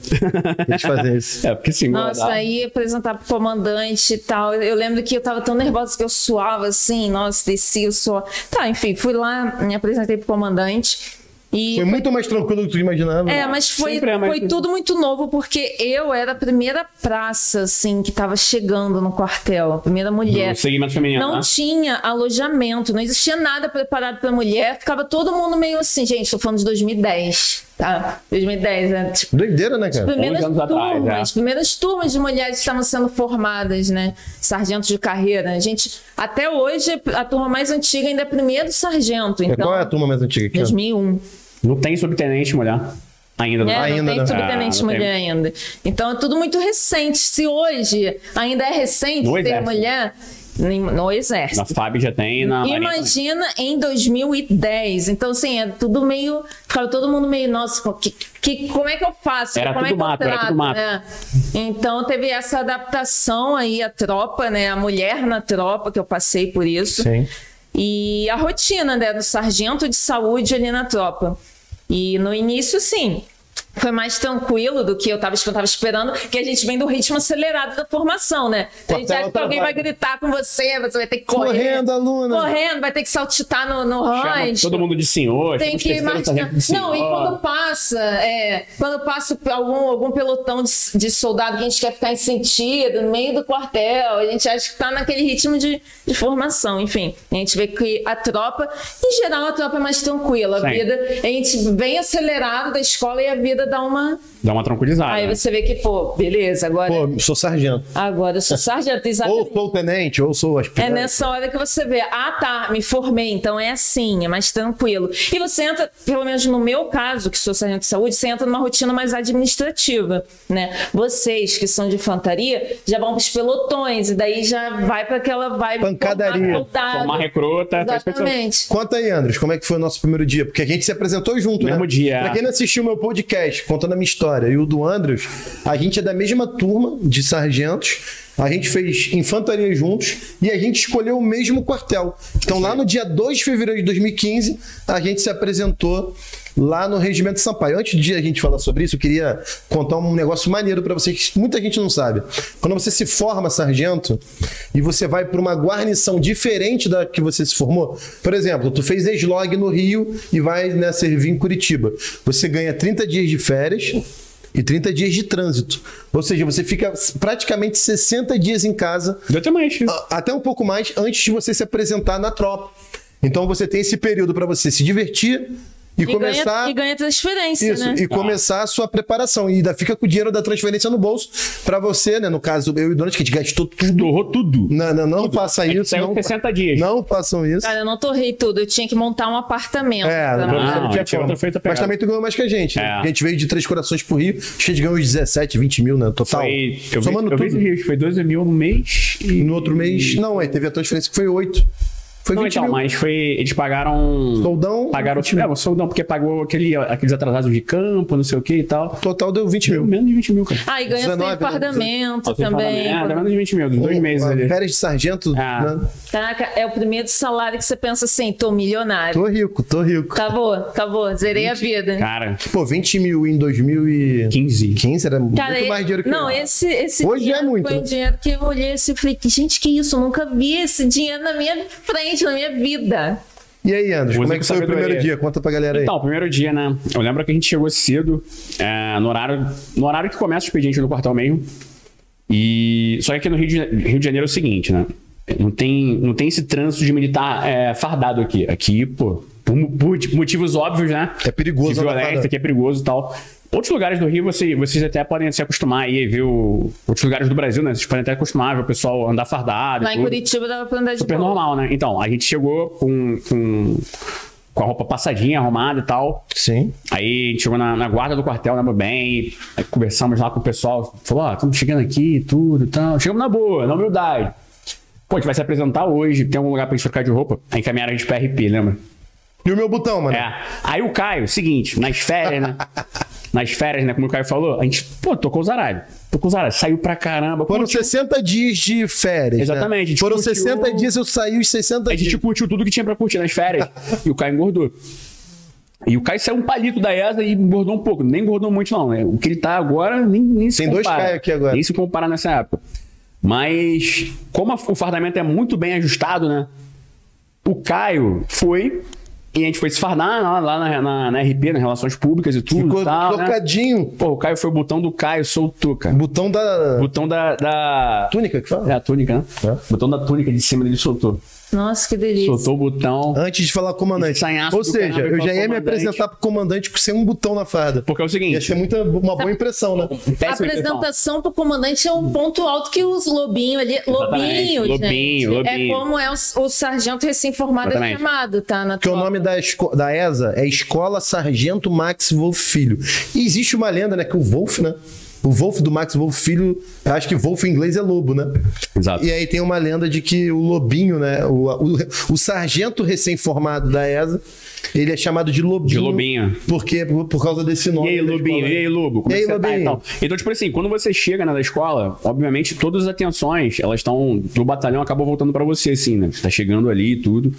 Eles fazem isso. É, porque sim, Nossa, aí apresentar pro comandante e tal. Eu lembro que eu tava tão nervosa que eu suava assim, nossa, descia o suor. Tá, enfim, fui lá, me apresentei pro comandante. E Foi muito mais tranquilo do que tu imaginava. É, mas foi, Sempre é mais- foi tudo muito novo, porque eu era a primeira praça, assim, que tava chegando no quartel, a primeira mulher. o segmento feminino, é. Não né? tinha alojamento, não existia nada preparado pra mulher, ficava todo mundo meio assim, gente, tô falando de 2010, tá? 2010, né? Tipo, Doideira, né, cara? primeiras 11 anos atrás, turmas, é. primeiras turmas de mulheres que estavam sendo formadas, né? Sargentos de carreira. A gente, até hoje, a turma mais antiga ainda é primeiro sargento, É, então, Qual é a turma mais antiga aqui? ó? 2001. Não tem subtenente mulher ainda. É, não. ainda, né? não tem subtenente Ah, não tem. mulher ainda. Então é tudo muito recente. Se hoje ainda é recente No ter exército. mulher nem- no Na exército. FAB já tem, na Marinha também. Imagina em 2010. Então, assim, é tudo meio. Ficava todo mundo meio, nossa, que, que- como é que eu faço? Era como é tudo que eu mato, era tudo mato. né? Então teve essa adaptação aí, a tropa, né? A mulher na tropa, que eu passei por isso. Sim. E a rotina né, do sargento de saúde ali na tropa. E no início, sim, foi mais tranquilo do que eu estava esperando, que a gente vem do ritmo acelerado da formação, né? Então a gente Quartel acha que alguém vai trabalho. gritar com você, você vai ter que correr. Correndo, aluna. Correndo, vai ter que saltitar no, no Chama rancho todo mundo de senhor. chama tem os que terceiros marchar. sargentos de Não, e senhor. quando passa, é, quando passa algum, algum pelotão de, de soldado que a gente quer ficar em sentido, no meio do quartel, a gente acha que tá naquele ritmo de, de formação, enfim. A gente vê que a tropa, em geral, a tropa é mais tranquila. A Sim. vida, a gente vem acelerado da escola e a vida dá uma. Dá uma tranquilizada. Aí né? você vê que, pô, beleza, agora, Pô, sou sargento. agora eu sou sargento, exatamente. Ou sou tenente, ou sou É aspirante. nessa hora que você vê, ah tá, me formei, então é assim, é mais tranquilo. E você entra, pelo menos no meu caso, que sou sargento de saúde, você entra numa rotina mais administrativa, né? Vocês que são de infantaria já vão pros pelotões, e daí já vai para aquela vibe. Pancadaria. formar soldado. Formar tá, recruta. faz pessoa- Exatamente. Conta aí, Andros, como é que foi o nosso primeiro dia? Porque a gente se apresentou junto, né? Mesmo dia. Pra quem não assistiu meu podcast, contando a minha história, e o do Andros, a gente é da mesma turma de sargentos, a gente fez infantaria juntos e a gente escolheu o mesmo quartel. Então, lá no dia 2 de fevereiro de 2015, a gente se apresentou lá no Regimento Sampaio. Antes de a gente falar sobre isso, eu queria contar um negócio maneiro pra vocês que muita gente não sabe. Quando você se forma sargento e você vai pra uma guarnição diferente da que você se formou, por exemplo, tu fez eslog no Rio e vai né, servir em Curitiba. Você ganha 30 dias de férias e 30 dias de trânsito. Ou seja, você fica praticamente 60 dias em casa Exatamente. a- até um pouco mais antes de você se apresentar na tropa. Então você tem esse período para você se divertir e, E, começar ganha, e ganha transferência, isso né? e começar a sua preparação e ainda fica com o dinheiro da transferência no bolso para você, né? No caso eu e o Donald que a gente gastou tudo. Dorrou tudo. Não, não, não faça isso, Saiu não, 60 é dias. não façam isso. Cara, eu não torrei tudo, eu tinha que montar um apartamento. É, pra não, morar. não, a tinha gente é como. outra feita Mas pegada. também tu ganhou mais que a gente. né? É. Porque A gente veio de Três Corações pro Rio, acho que a gente ganhou uns 17, 20 mil, né? Total. Foi, eu vi, Somando eu vi tudo. esses dias, foi 12 mil no mês e. E no outro mês, não, aí teve a transferência que foi 8. Foi Não, 20 então, mil. mas foi. Eles pagaram. Soldão, Pagaram. É, o soldão, porque pagou aquele, aqueles atrasados de campo, não sei o que e tal. total deu 20 mil. Menos de 20 mil, cara. Ah, e ganha 19, né? apartamento Você fala, também. merda, menos de 20 mil, dos dois Um, meses a ali. Férias de sargento, Ah. né? Caraca, é o primeiro salário que você pensa assim, tô milionário. Tô rico, tô rico. Acabou, acabou, zerei a vida. Cara, Pô, 20 mil em 2015 15. era muito e- mais dinheiro que Não, eu. esse, esse Hoje é dinheiro muito, foi né? um dinheiro que eu olhei assim e falei, que- gente, que isso? Eu nunca vi esse dinheiro na minha frente, na minha vida. E aí, Andros, Usa como é com que foi o sabedoria. primeiro dia? Conta pra galera aí. Então, primeiro dia, né? Eu lembro que a gente chegou cedo, é, no, horário, no horário que começa o expediente no quartel mesmo. E só que aqui no Rio de, Rio de Janeiro é o seguinte, né? Não tem, não tem esse trânsito de militar é, fardado aqui. Aqui, pô, por, mo- por ti- motivos óbvios, né? É perigoso De andar violência, fardado. aqui é perigoso e tal. Outros lugares do Rio, você- vocês até podem se acostumar aí, viu? Outros lugares do Brasil, né? Vocês podem até acostumar, ver o pessoal andar fardado. e Lá em tudo. Curitiba dava pra andar de Super boa. normal, né? Então, a gente chegou com, com, com a roupa passadinha, arrumada e tal. Sim. Aí a gente chegou na, na guarda do quartel, lembro bem. Aí conversamos lá com o pessoal. Falou, ó, estamos chegando aqui e tudo e tal. Chegamos na boa, na humildade. Pô, a gente vai se apresentar hoje. Tem algum lugar pra gente trocar de roupa? Aí encaminharam a gente pra RP, lembra? E o meu botão, mano? É. Aí o Caio, seguinte, nas férias, né? nas férias, né? Como o Caio falou, a gente, pô, tocou os aralhos. Tocou os aralhos. Saiu pra caramba. Foram curtiu. 60 dias de férias. Exatamente, a Né? gente Foram curtiu- 60 dias, eu saí os 60 A dias. gente curtiu tudo que tinha pra curtir nas férias. e o Caio engordou. E o Caio saiu um palito da ESA e engordou um pouco. Nem engordou muito, não. né? O que ele tá agora nem, nem se Tem dois compara. Caio aqui agora. Nem se compara nessa época. Mas, como a- o fardamento é muito bem ajustado, né? O Caio foi. E a gente foi se fardar lá, lá na, na- na RP, nas relações públicas e tudo. Ficou e tal, né? tocadinho. Pô, o Caio foi o botão do Caio, soltou, cara. Botão da Botão da. da... túnica que É fala? a túnica, né? É. Botão da túnica de cima dele soltou. Nossa, que delícia. Soltou o botão. Antes de falar comandante. Esse sanhaço Ou do seja, caramba, eu ele já fala ia me comandante. apresentar pro comandante sem um botão na farda. Porque é o Ia seguinte. ser muita, uma boa impressão, né? A péssima impressão. apresentação do comandante é um ponto alto que os lobinhos ali. Lobinho, gente. Lobinho, lobinho. É como é o, o sargento recém-formado é Exatamente. chamado, tá? Na Porque o tropa. nome da, esco- da ESA é Escola Sargento Max Wolf Filho. E existe uma lenda, né? Que o Wolf, né? O Wolf do Max Wolf Filho, eu acho que Wolf em inglês é lobo, né? Exato. E aí tem uma lenda de que o lobinho, né? O, o, o sargento recém-formado da ESA, ele é chamado de lobinho. De lobinho. Porque, por, por causa desse E nome. aí, da Lobinho? escola. né, E aí, Lobo? E Como é aí, que você tá, Lobinho? então? Então, tipo assim, quando você chega né, na escola, obviamente, todas as atenções, elas estão do batalhão, acabam voltando pra você, assim, né? Você tá chegando ali e tudo.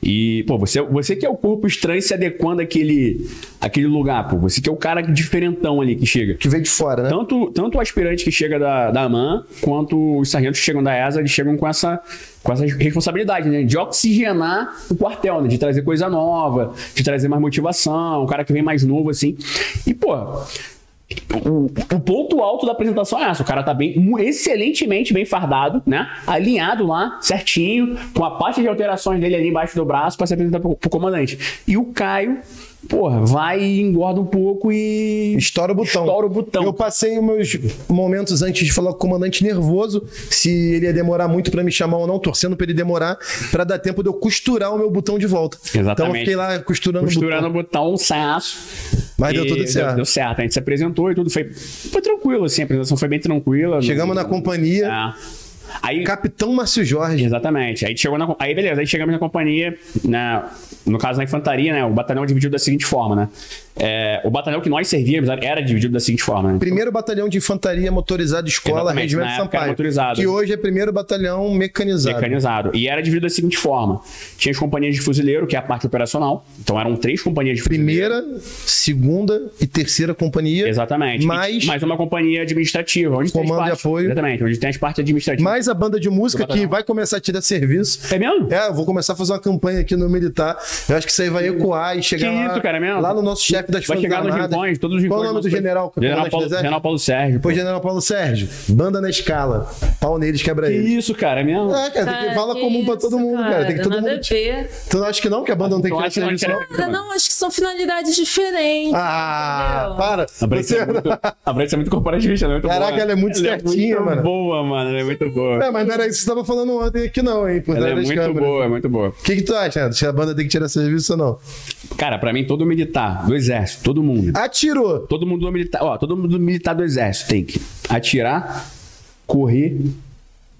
E, pô, você, você que é o corpo estranho se adequando àquele, àquele lugar, pô. Você que é o cara diferentão ali que chega. Que veio de fora, né? Tanto, tanto o aspirante que chega da, da AMAN, quanto os sargentos que chegam da ESA, eles chegam com essa, com essa responsabilidade, né? De oxigenar o quartel, né? De trazer coisa nova, de trazer mais motivação, o cara que vem mais novo, assim. E, pô, o, o ponto alto da apresentação é essa. O cara tá bem, mu- excelentemente bem fardado, né? Alinhado lá, certinho, com a parte de alterações dele ali embaixo do braço pra se apresentar pro, pro comandante. E o Caio, porra, vai e engorda um pouco e... Estoura o botão. Estoura o botão. Eu passei os meus momentos antes de falar com o comandante nervoso, se ele ia demorar muito pra me chamar ou não, torcendo pra ele demorar, pra dar tempo de eu costurar o meu botão de volta. Então eu Exatamente. fiquei lá costurando, costurando o o botão, um saço. Mas deu E tudo certo. Deu, certo. A gente se apresentou e tudo. Foi, foi tranquilo, assim. A apresentação foi bem tranquila. botão. Chegamos na companhia, É. Aí, Capitão Márcio Jorge. exatamente. Aí chegou na. Aí, beleza. Aí chegamos na companhia, na, no caso, na infantaria, né? O batalhão é dividido da seguinte forma, né? É, o batalhão que nós servíamos era dividido da seguinte forma, né? Primeiro Batalhão de Infantaria Motorizada Escola, Exatamente, na Regimento época era Sampaio. motorizado. Que hoje é primeiro Batalhão Mecanizado. Mecanizado. E era dividido da seguinte forma: tinha as companhias de fuzileiro, que é a parte operacional. Então eram três companhias de fuzileiro. Primeira, segunda e terceira companhia. Exatamente. Mais, E- mais uma companhia administrativa. Onde tem Comando as e partes- apoio. Exatamente, onde tem as partes administrativas. mais a banda de música que Batalhão. vai começar a te dar serviço. É mesmo? É, eu vou começar a fazer uma campanha aqui no Militar. Eu acho que isso aí vai ecoar e chegar Que lá, isso, cara, é mesmo? lá no nosso chefe das Vai Forças chegar nos Armadas. rincões, todos os rincões. Qual o nome do nossos- general? que é General comandante do Paulo, exército? General Paulo Sérgio. pô. Foi General Paulo Sérgio. Banda na escala. Pau neles, quebra Que eles. isso, cara, é mesmo? É, cara, tem que fala comum pra todo Ah, isso, mundo, cara. Tem que todo nada mundo. A ver. Tu não acha que não? Que a banda não tem que Tu dar acha que não serviço, quer- não? Cara, não, acho que são finalidades diferentes. Ah, entendeu? para. A Brenda Você- é muito, a Brenda é muito comparativista, ela é muito Caraca, boa. ela é muito certinha, muito mano. boa, mano. Ela é muito boa. É, mas não era isso que você tava falando ontem aqui, não, hein? Por Ela trás é das muito câmeras. boa, é muito boa. O que, que tu acha, Anderson? Se a banda tem que tirar serviço ou não? Cara, pra mim, todo militar do exército, todo mundo. Atirou! Todo mundo do militar, ó, todo mundo do militar do exército tem que atirar, correr,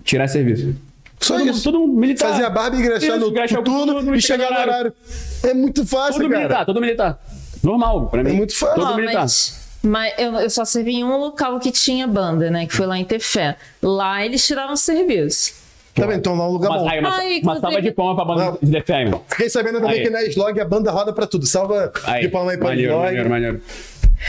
tirar serviço. Só todo isso. Mundo, todo mundo militar. Fazer a barba e ingressar Isso, no engraxar o turno e chegar no horário. É muito fácil, Todo cara. militar, todo militar. Normal, pra mim. É muito fácil. Todo Ó, militar. mas mas eu, eu só servi em um local que tinha banda, né? Que foi lá em Tefé. Lá eles tiraram o serviço. Tá bem, então lá é um lugar Mas, bom. aí, uma, Ai, uma inclusive- salva de palma pra banda Não. de DFM. Fiquei sabendo também Aí. que na Slog a banda roda pra tudo. Salva Aí, de palma aí pra maneiro, Slog. maneiro, maneiro.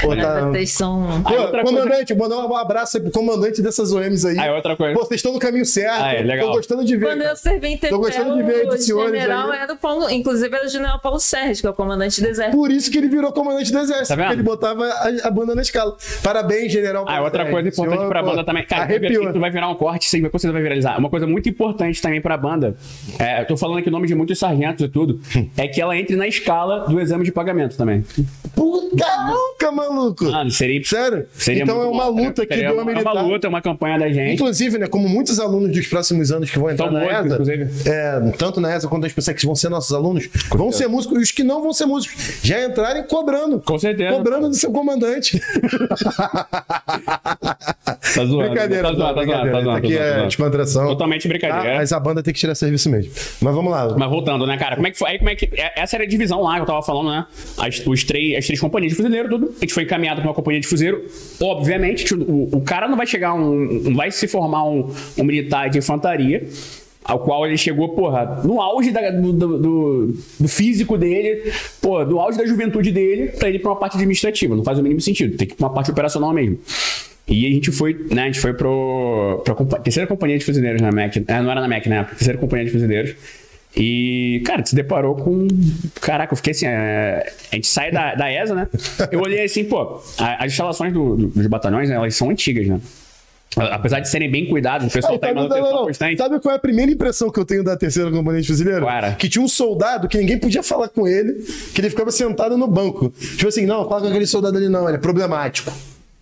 Pô, tá- Nada, Né? Vocês são. Pô, Aí outra coisa- comandante, mandar um abraço aí pro comandante dessas OMs aí. Aí outra coisa. Pô, vocês estão no caminho certo. Aí, legal. Tô gostando de ver. Quando cara. eu servi em Tefé, Tô gostando de ver esses o senhores general aí. era o Paulo, inclusive era o general Paulo Sérgio, que é o comandante do exército. Por isso que ele virou comandante do exército. Tá vendo? porque ele botava a, a banda na escala. Parabéns, general. Ah, outra coisa importante pra banda também. Cara, arrepiou. tu vai virar um corte, isso aí vai- você vai viralizar. Uma coisa muito importante também pra banda, é, eu tô falando aqui o nome de muitos sargentos e tudo, é que ela entre na escala do exame de pagamento também. Puta louca, maluco. Mano, seria. Sério? Ah, seria então é muito uma bom, cara. luta aqui Seria do uma, homem É uma militar. luta, é uma campanha da gente. Inclusive, né, como muitos alunos dos próximos anos que vão entrar São na músicos, ESA, inclusive. é, tanto na ESA quanto as pessoas que vão ser nossos alunos, vão ser músicos, e os que não vão ser músicos, já entrarem cobrando. Com certeza. Cobrando do seu comandante. Tá zoando. brincadeira, tá zoando, tá zoando, tá brincadeira. zoando. Isso aqui tá zoando. é descontração. Totalmente brincadeira. é. Tá? Mas a banda tem que tirar serviço mesmo. Mas vamos lá. Mas voltando, né, cara? Como é que foi? Aí como é que. é- Essa era a divisão lá que eu tava falando, né? As, os três, as três companhias de fuzileiro, tudo. E gente foi encaminhado para uma companhia de fuzeiro. Obviamente, o, o cara não vai chegar um. Não vai se formar um, um militar de infantaria. Ao qual ele chegou, porra, no auge da- do, do- do- do físico dele, porra, do auge da juventude dele, pra ele ir pra uma parte administrativa. Não faz o mínimo sentido, tem que ir pra uma parte operacional mesmo. E a gente foi, né, a gente foi pro, pra compa- terceira companhia de fuzileiros na MEC, ah, não era na MEC na época, terceira companhia de fuzileiros. E, cara, se deparou com. Caraca, eu fiquei assim. é, A gente sai da, da ESA, né? Eu olhei assim, pô, a- as instalações do- do- dos batalhões, né, elas são antigas, né? A- Apesar de serem bem cuidadas, o pessoal Aí, tá tá em vendo? Não, manutenção não, não. constante. Sabe qual é a primeira impressão que eu tenho da terceira companhia de fuzileiro? Cara. Que tinha um soldado que ninguém podia falar com ele, que ele ficava sentado no banco. Tipo assim, não, fala com aquele soldado ali, não, ele é problemático.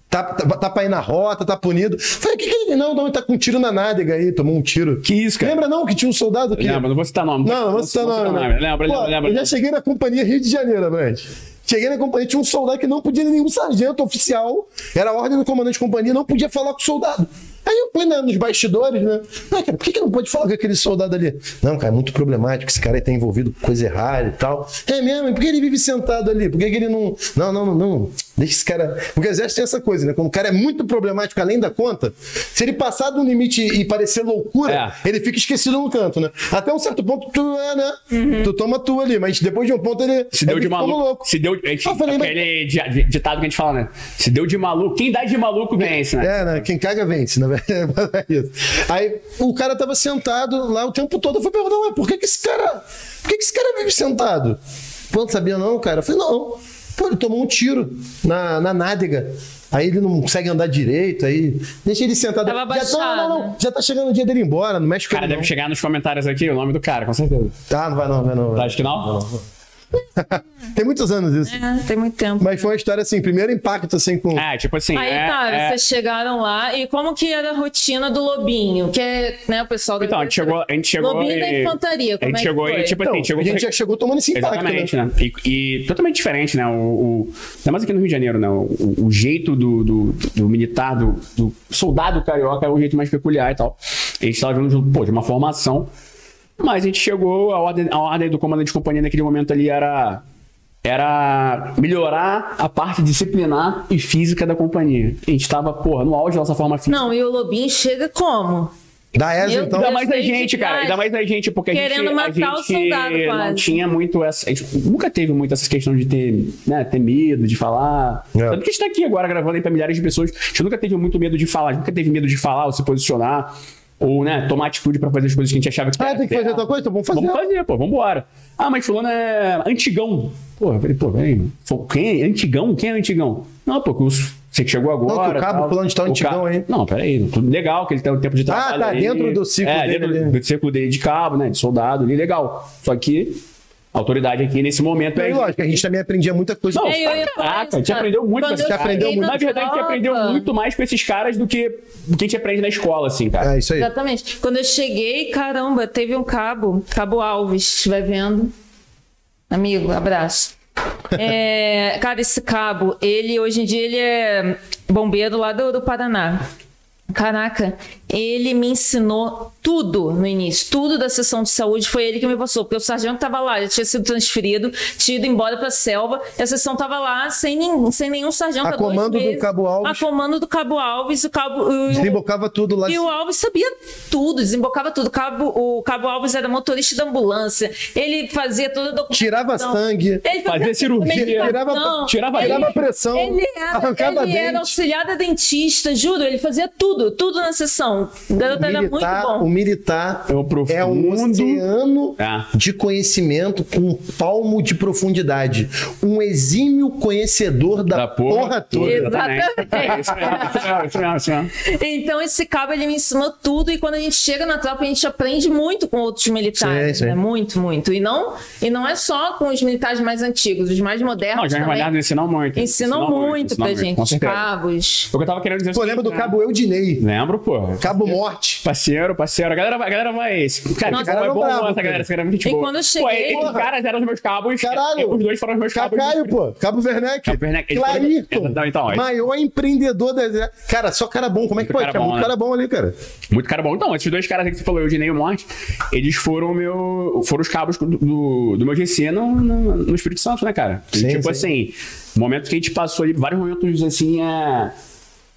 Tá, tá, tá pra ir na rota, tá punido. Falei, o que que ele. Não, não, ele tá com um tiro na nádega aí, tomou um tiro. Que isso, cara? Lembra não que tinha um soldado que. Lembra, não vou citar nome. Não, não vou citar nome. não. Lembra, Pô, lembra, lembra. Eu já cheguei na companhia Rio de Janeiro, Brand. Cheguei na companhia, tinha um soldado que não podia nenhum sargento oficial. Era a ordem do comandante de companhia, não podia falar com o soldado. Aí eu fui né, nos bastidores, né? Ah, cara, por que, que não pode falar com aquele soldado ali? Não, cara, é muito problemático. Esse cara aí tá envolvido com coisa errada e tal. É mesmo? E por que ele vive sentado ali? Por que, que ele não. Não, não, não. Deixa esse cara. Porque o exército tem essa coisa, né? Quando o cara é muito problemático além da conta, se ele passar do limite e parecer loucura, É. ele fica esquecido no canto, né? Até um certo ponto, tu é, né? Tu toma tu ali, mas depois de um ponto ele. Se deu ele de ficou maluco. louco. Se deu. a gente- Eu falei, mas- Aquele di- di- ditado que a gente fala, né? Se deu de maluco. Quem dá de maluco vence, né? É, né? Quem caga vence, na verdade. É isso. Aí o cara tava sentado lá o tempo todo. Eu fui perguntar, ué, por que, que esse cara. Por que, que esse cara vive sentado? Pô, não sabia não, cara. Eu falei, não. Pô, ele tomou um tiro na, na nádega. Aí ele não consegue andar direito, aí. Deixa ele sentado. Tava já, tá, não, não, não. abaixado. Já tá chegando o dia dele ir embora, não mexe O com cara ele. deve não. chegar nos comentários aqui o nome do cara, com certeza. Tá, não vai não, vai não. Tá, vai acho que não? não. Tem muitos anos isso. É, tem muito tempo. Mas foi uma história assim, primeiro impacto assim com. É, tipo assim. Aí, tá, é, cara, é- vocês chegaram lá e como que era a rotina do Lobinho? Que é, né, o pessoal da Então, a gente chegou. A gente chegou Lobinho da e- infantaria, A como gente é que chegou foi? e, tipo assim, Então, a gente chegou. a gente já chegou tomando esse impacto, né? Exatamente, né? E, e totalmente diferente, né? O, o, ainda mais aqui no Rio de Janeiro, né? O, o jeito do, do, do militar, do, do soldado carioca é um jeito mais peculiar e tal. A gente estava vindo pô, de uma formação, mas a gente chegou, a ordem, a ordem do comandante de companhia naquele momento ali era era melhorar a parte disciplinar e física da companhia. A gente estava, porra, no auge da nossa forma física. Não, e o Lobinho chega como? Da ESA, Meu então. Ainda Deus. mais a Desde gente, cara. idade. Ainda mais a gente, porque a gente, tá Querendo a matar o gente soldado, não quase. tinha muito essa. A gente nunca teve muito essa questão de ter, né, ter medo de falar. É. Tanto que a gente tá aqui agora gravando aí pra milhares de pessoas. A gente nunca teve muito medo de falar, a gente nunca teve medo de falar ou se posicionar. Ou, né, tomar atitude pra fazer as coisas que a gente achava que Ah, era tem que fazer certo. outra coisa? Então vamos fazer. Vamos fazer, pô, vambora. Ah, mas fulano é antigão. Porra, eu falei, pô, vem. Quem é antigão? Quem é antigão? Não, pô, que os- você que chegou agora. que o cabo tal. fulano de tal O antigão, ca- hein? Não, peraí, tudo legal que ele tem um tempo de trabalho. tá, aí. dentro do ciclo é, dele Dentro ali. do ciclo dele de cabo, né, de soldado ali, legal. Só que a autoridade aqui nesse momento É é. lógico, a gente também aprendia muita coisa. Não, É, eu ia falar caraca, isso, a gente cara. aprendeu muito Quando com eu esses caras. cheguei na Na verdade, a gente tropa- aprendeu muito mais com esses caras do que, do que a gente aprende na escola, assim, cara. É isso aí. Exatamente. Quando eu cheguei, caramba, teve um cabo, Cabo Alves, se estiver vendo. Amigo, abraço. É, cara, esse cabo, ele hoje em dia ele é bombeiro lá do, do Paraná. Caraca, ele me ensinou tudo no início, tudo da sessão de saúde foi ele que me passou, porque o sargento tava lá, já tinha sido transferido, tinha ido embora pra selva, e a sessão tava lá sem, nin- sem nenhum sargento. A há dois comando do meses. Cabo Alves. A comando do Cabo Alves, o Cabo. e o- Desembocava tudo lá. um e o Alves sabia tudo, desembocava tudo. Cabo, o Cabo Alves era motorista da ambulância. Ele fazia toda a documentação. Tirava sangue. Ele Fazia cirurgia. documentação. Tirava- Ele- tirava pressão, Ele era, arrancava ele era dente. auxiliar da dentista, juro. Ele fazia tudo, tudo na sessão. O garoto O era muito militar, bom. o militar É o profundo. é um oceano É. de conhecimento com um palmo de profundidade. Um exímio conhecedor da, porra, toda. Exatamente. Isso mesmo, isso mesmo, isso mesmo. Então, esse cabo ele me ensinou tudo, e quando a gente chega na tropa, a gente aprende muito com outros militares. Sim, sim. Né? Muito, muito. E não, e não é só com os militares mais antigos, os mais modernos. Não, já também. trabalharam, ensinou muito. Ensinou muito ensinou pra com gente, os certeza. cabos. O que eu tava querendo dizer. é o Pô, seguinte, lembra do né? cabo Eudinei. Lembro, pô. Cabo Morte. Parceiro, parceiro. A galera, vai- a galera vai. esse- Cara, Nossa, esse cara é cara bom, bravo, essa cara. galera. Essa galera é muito E boa. quando eu cheguei- Pô, esses caras eram os meus cabos. Caralho. É, Os dois foram os meus cabos. né? Cacaio, pô. Cabo Werneck. Cabo Werneck. Clariton. Então, então, é. Maior empreendedor da... Cara, só cara bom. Como é que Muito pode? cara Tinha bom, muito né? cara bom ali, cara. Muito cara bom. Então, esses dois caras aí que você falou, Eugenio e Morte, eles foram meu. Foram os cabos do, do, do meu GC no, no, no Espírito Santo, né, cara? E, Sim, tipo sim. assim, momentos que a gente passou ali, vários momentos assim, é,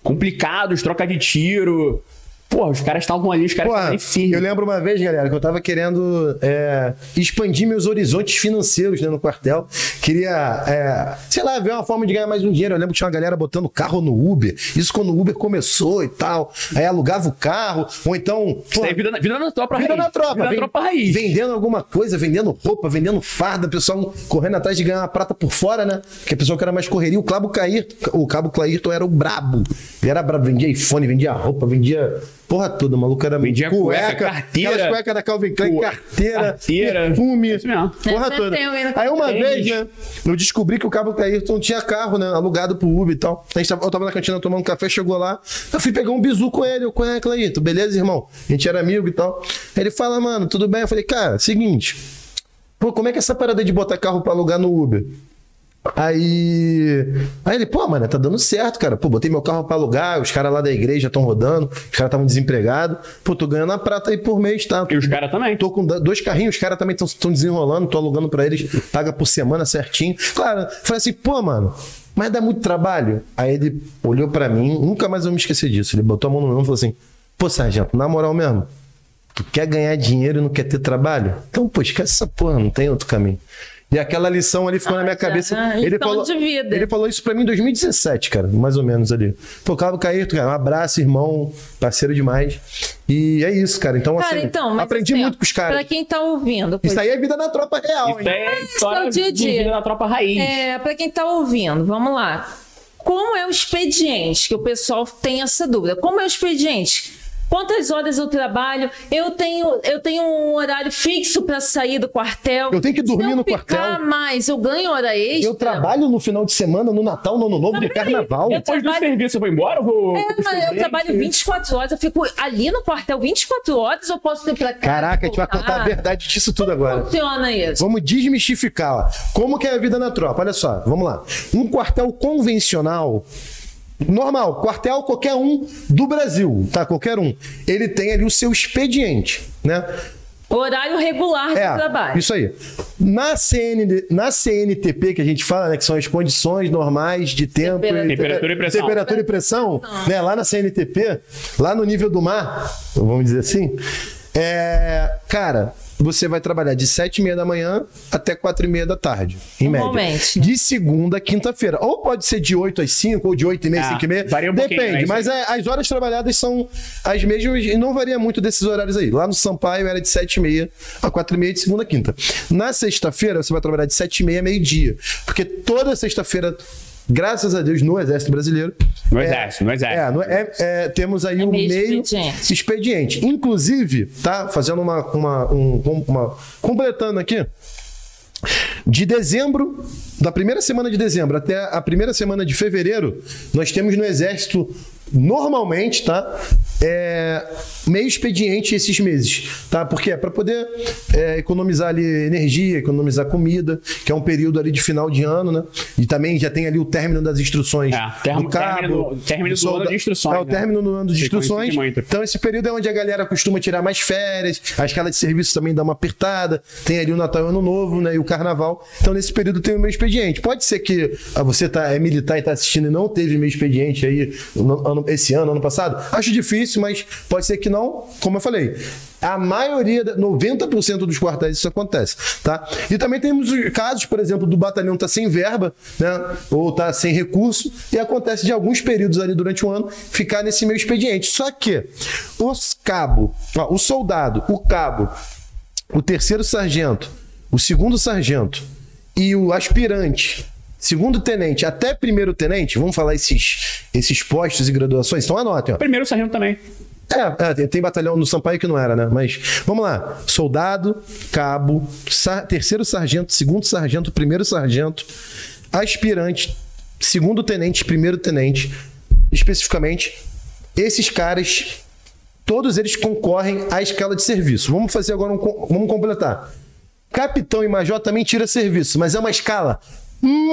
complicados, troca de tiro. Porra, os caras estavam ali, os caras Porra, estavam ali firmes. eu lembro uma vez, galera, que eu tava querendo é, expandir meus horizontes financeiros né, no quartel. Queria, é, sei lá, ver uma forma de ganhar mais um dinheiro. Eu lembro que tinha uma galera botando carro no Uber. Isso quando o Uber começou e tal. Aí alugava o carro, ou então. Isso pô, aí é vida, na- vida na tropa Vida raiz. na tropa. Vida na Ven- tropa raiz. Vendendo alguma coisa, vendendo roupa, vendendo farda, o pessoal correndo atrás de ganhar uma prata por fora, né? Porque a pessoa que era mais correria, o Cabo Cair, o Cabo Clairton era o brabo. Ele era brabo, vendia iPhone, vendia roupa, vendia porra toda, o maluco era Vendia cueca, carteira. aquelas cuecas da Calvin Klein, Cue- carteira, carteira. perfume, É isso mesmo. porra Deve toda. ter, eu ainda- Aí uma Tem vez, isso. né, eu descobri que o Cabo Clairton tinha carro, né, alugado pro Uber e tal. A gente tava, eu tava na cantina tomando café, chegou lá, eu fui pegar um bizu com ele, eu, qual é, Clairton? Beleza, irmão? A gente era amigo e tal. Aí Ele fala, mano, tudo bem? Eu falei, cara, seguinte, pô, como é que é essa parada de botar carro pra alugar no Uber? Aí. Aí ele, pô, mano, tá dando certo, cara. Pô, botei meu carro pra alugar, os caras lá da igreja estão rodando, os caras estavam desempregados. Pô, tô ganhando a prata aí por mês, tá? E os caras também. Tô com da- dois carrinhos, os caras também estão desenrolando, tô alugando pra eles, paga por semana certinho. Claro, eu falei assim, pô, mano, mas dá muito trabalho. Aí ele olhou pra mim, nunca mais eu me esqueci disso. Ele botou a mão no meu ombro e falou assim: pô, sargento, na moral mesmo, tu quer ganhar dinheiro e não quer ter trabalho? Então, pô, esquece essa porra, não tem outro caminho. E aquela lição ali ficou na minha Ah, tá. cabeça. Ah, ele lição falou, de vida. ele falou isso pra mim em 2017, cara, mais ou menos ali. Pô, Cabo Cairto, cara, um abraço, irmão, parceiro demais. E é isso, cara. Então, Cara, assim, então, mas aprendi assim, ó, muito com os Pra caras. quem tá ouvindo, Isso aí é vida na tropa real, hein? Isso é é história o dia a de dia. vida na tropa raiz. É, para quem tá ouvindo, vamos lá. Como é o expediente? Que o pessoal tem essa dúvida. Como é o expediente? Quantas horas eu trabalho? Eu tenho, eu tenho um horário fixo para sair do quartel. Eu tenho que dormir Se eu no ficar quartel. mais, eu ganho hora extra. Eu trabalho no final de semana, no Natal, no Ano Novo, no Carnaval. Eu Depois trabalho- do serviço, eu vou embora? Eu vou. É, mas eu trabalho Sim. 24 horas, eu fico ali no quartel 24 horas, eu posso ir pra casa. Caraca, a gente vai voltar? contar a verdade disso tudo agora. Funciona isso. Vamos desmistificar. ó. Como que é a vida na tropa? Olha só, vamos lá. Um quartel convencional, normal, quartel qualquer um do Brasil, tá? Qualquer um. Ele tem ali o seu expediente, né? Horário regular de É, trabalho. isso aí. Na, CN, na CNTP, que a gente fala, né, que são as condições normais de tempo... Temperatura. Temperatura e pressão. Temperatura e pressão, né, lá na CNTP, lá no nível do mar, vamos dizer assim, é, cara, você vai trabalhar de 7 e meia da manhã até 4 e meia da tarde, em média. Normalmente, né? De segunda a quinta-feira. Ou pode ser de 8 às 5, ou de 8 e meia, Ah, 5 e meia. varia um pouquinho, Depende, né, isso mas é, as horas trabalhadas são as mesmas e não varia muito desses horários aí. Lá no Sampaio era de 7h30 a 4h30 de segunda a quinta. Na sexta-feira você vai trabalhar de 7h30 a meio-dia. Porque toda sexta-feira, graças a Deus, no Exército Brasileiro. No é- exército, no exército. é, no- é- é, temos aí um meio meio expediente. expediente. Inclusive, tá? Fazendo uma. uma, um- um- uma completando aqui. De dezembro, da primeira semana de dezembro até a primeira semana de fevereiro, nós temos no Exército, normalmente, tá? É, meio expediente esses meses, tá? Porque é para poder é, economizar ali energia, economizar comida, que é um período ali de final de ano, né? E também já tem ali o término das instruções. É, termo- do cabo, término do- término do ano solda- de instruções, É, o né? término do ano de Se instruções. coincide muito. Então, esse período é onde a galera costuma tirar mais férias, a escala de serviço também dá uma apertada, tem ali o Natal e o Ano Novo, né? E o Carnaval. Então, nesse período tem o meu expediente. Pode ser que ah, você tá, é militar e está assistindo e não teve meu expediente aí no- ano- esse ano, ano passado. Acho difícil, mas pode ser que não, como eu falei. A maioria, da- 90% dos quartéis isso acontece, tá? E também temos os casos, por exemplo, do batalhão tá sem verba, né? Ou tá sem recurso, e acontece de alguns períodos ali durante o ano ficar nesse meio expediente. Só que os cabo, ó, o soldado, o cabo, o terceiro sargento, o segundo sargento e o aspirante, segundo tenente até primeiro tenente, vamos falar esses, esses postos e graduações, então anotem, ó. Primeiro sargento também. É, é, tem- tem batalhão no Sampaio que não era, né? Mas vamos lá. Soldado, cabo, sar- terceiro sargento, segundo sargento, primeiro sargento, aspirante, segundo tenente, primeiro tenente, especificamente. Esses caras Todos eles concorrem à escala de serviço. Vamos fazer agora um. co- Vamos completar. Capitão e major também tira serviço, mas é uma escala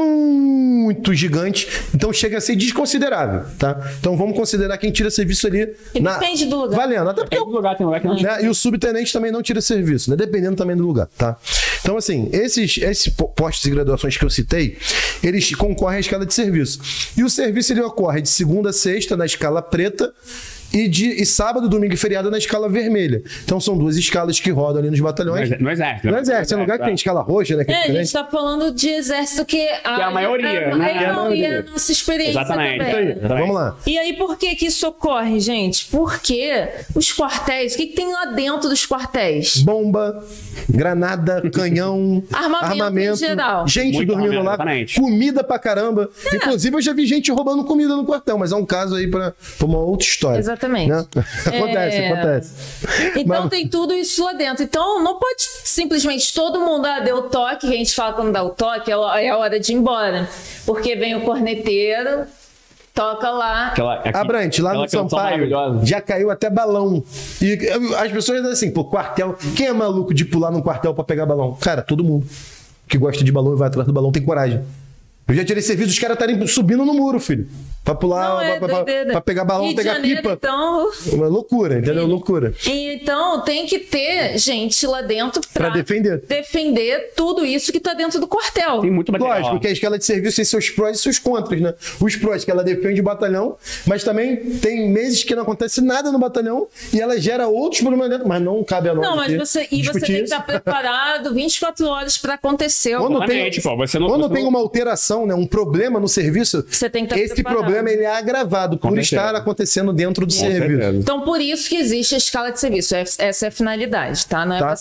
muito gigante, então chega a ser desconsiderável, tá? Então vamos considerar quem tira serviço ali. E depende do lugar. É Valendo, até porque Tem o um lugar, tem um lugar que não né? E o subtenente também não tira serviço, né? Dependendo também do lugar, tá? Então, assim, esses, esses po- postos e graduações que eu citei, eles concorrem à escala de serviço. E o serviço, ele ocorre de segunda a sexta na escala preta e de e sábado, domingo e feriado na escala vermelha. Então, são duas escalas que rodam ali nos batalhões. No é exército. né? No exército, é um lugar que tem escala roxa, né? Que É, a gente diferente. tá falando de exército que a, a maioria, a, né? a, Que é a maioria maioria. não se experiência Exatamente. também. Isso aí. Exatamente. Vamos lá. E aí, por que que isso ocorre, gente? Porque os quartéis, o que, que tem lá dentro dos quartéis? Bomba, granada, canhão, Armamento armamento, em geral. É. gente Muito dormindo armamento, lá, exatamente. comida pra caramba. Inclusive, eu já vi gente roubando comida no quartel, mas é um caso aí pra, pra uma outra história. Exatamente. né? acontece, É. acontece. Então Mas- tem tudo isso lá dentro. Então não pode simplesmente todo mundo ah, deu o toque, que a gente fala quando dá o toque, é lo- é a hora de ir embora. Porque vem o corneteiro, toca lá. Aquela, aqui, Abrante, lá É no aquela canção Sampaio, maravilhosa. já caiu até balão. E eu, as pessoas dizem assim, pô, quartel. Quem é maluco de pular num quartel pra pegar balão? Cara, todo mundo que gosta de balão e vai atrás do balão tem coragem. Eu já tirei serviço, os caras estarem subindo no muro, filho. Pra pular, Não, é pra, pra- doideira. pra pegar balão, Rio de pegar Janeiro, pipa. Então, Uma loucura, entendeu? Loucura. então tem que ter gente lá dentro Pra pra, defender. defender tudo isso que tá dentro do quartel. Tem muito material. Lógico que é a escala de serviço tem seus prós e seus contras, né? Os prós que ela defende o batalhão, mas também tem meses que não acontece nada no batalhão e ela gera outros problemas dentro, mas não cabe a nós. Não, mas aqui você, e você discutir tem que isso. estar preparado 24 horas pra acontecer. Quando tem, Exatamente, pô, você não- quando você tem não- uma alteração, né, um problema no serviço, Você tem que tá esse preparado. problema ele é agravado por Com estar certeza. acontecendo dentro do serviço. certeza. Então, por isso que existe a escala de serviço. Essa- Essa é a finalidade, tá? Não é Tá. pra-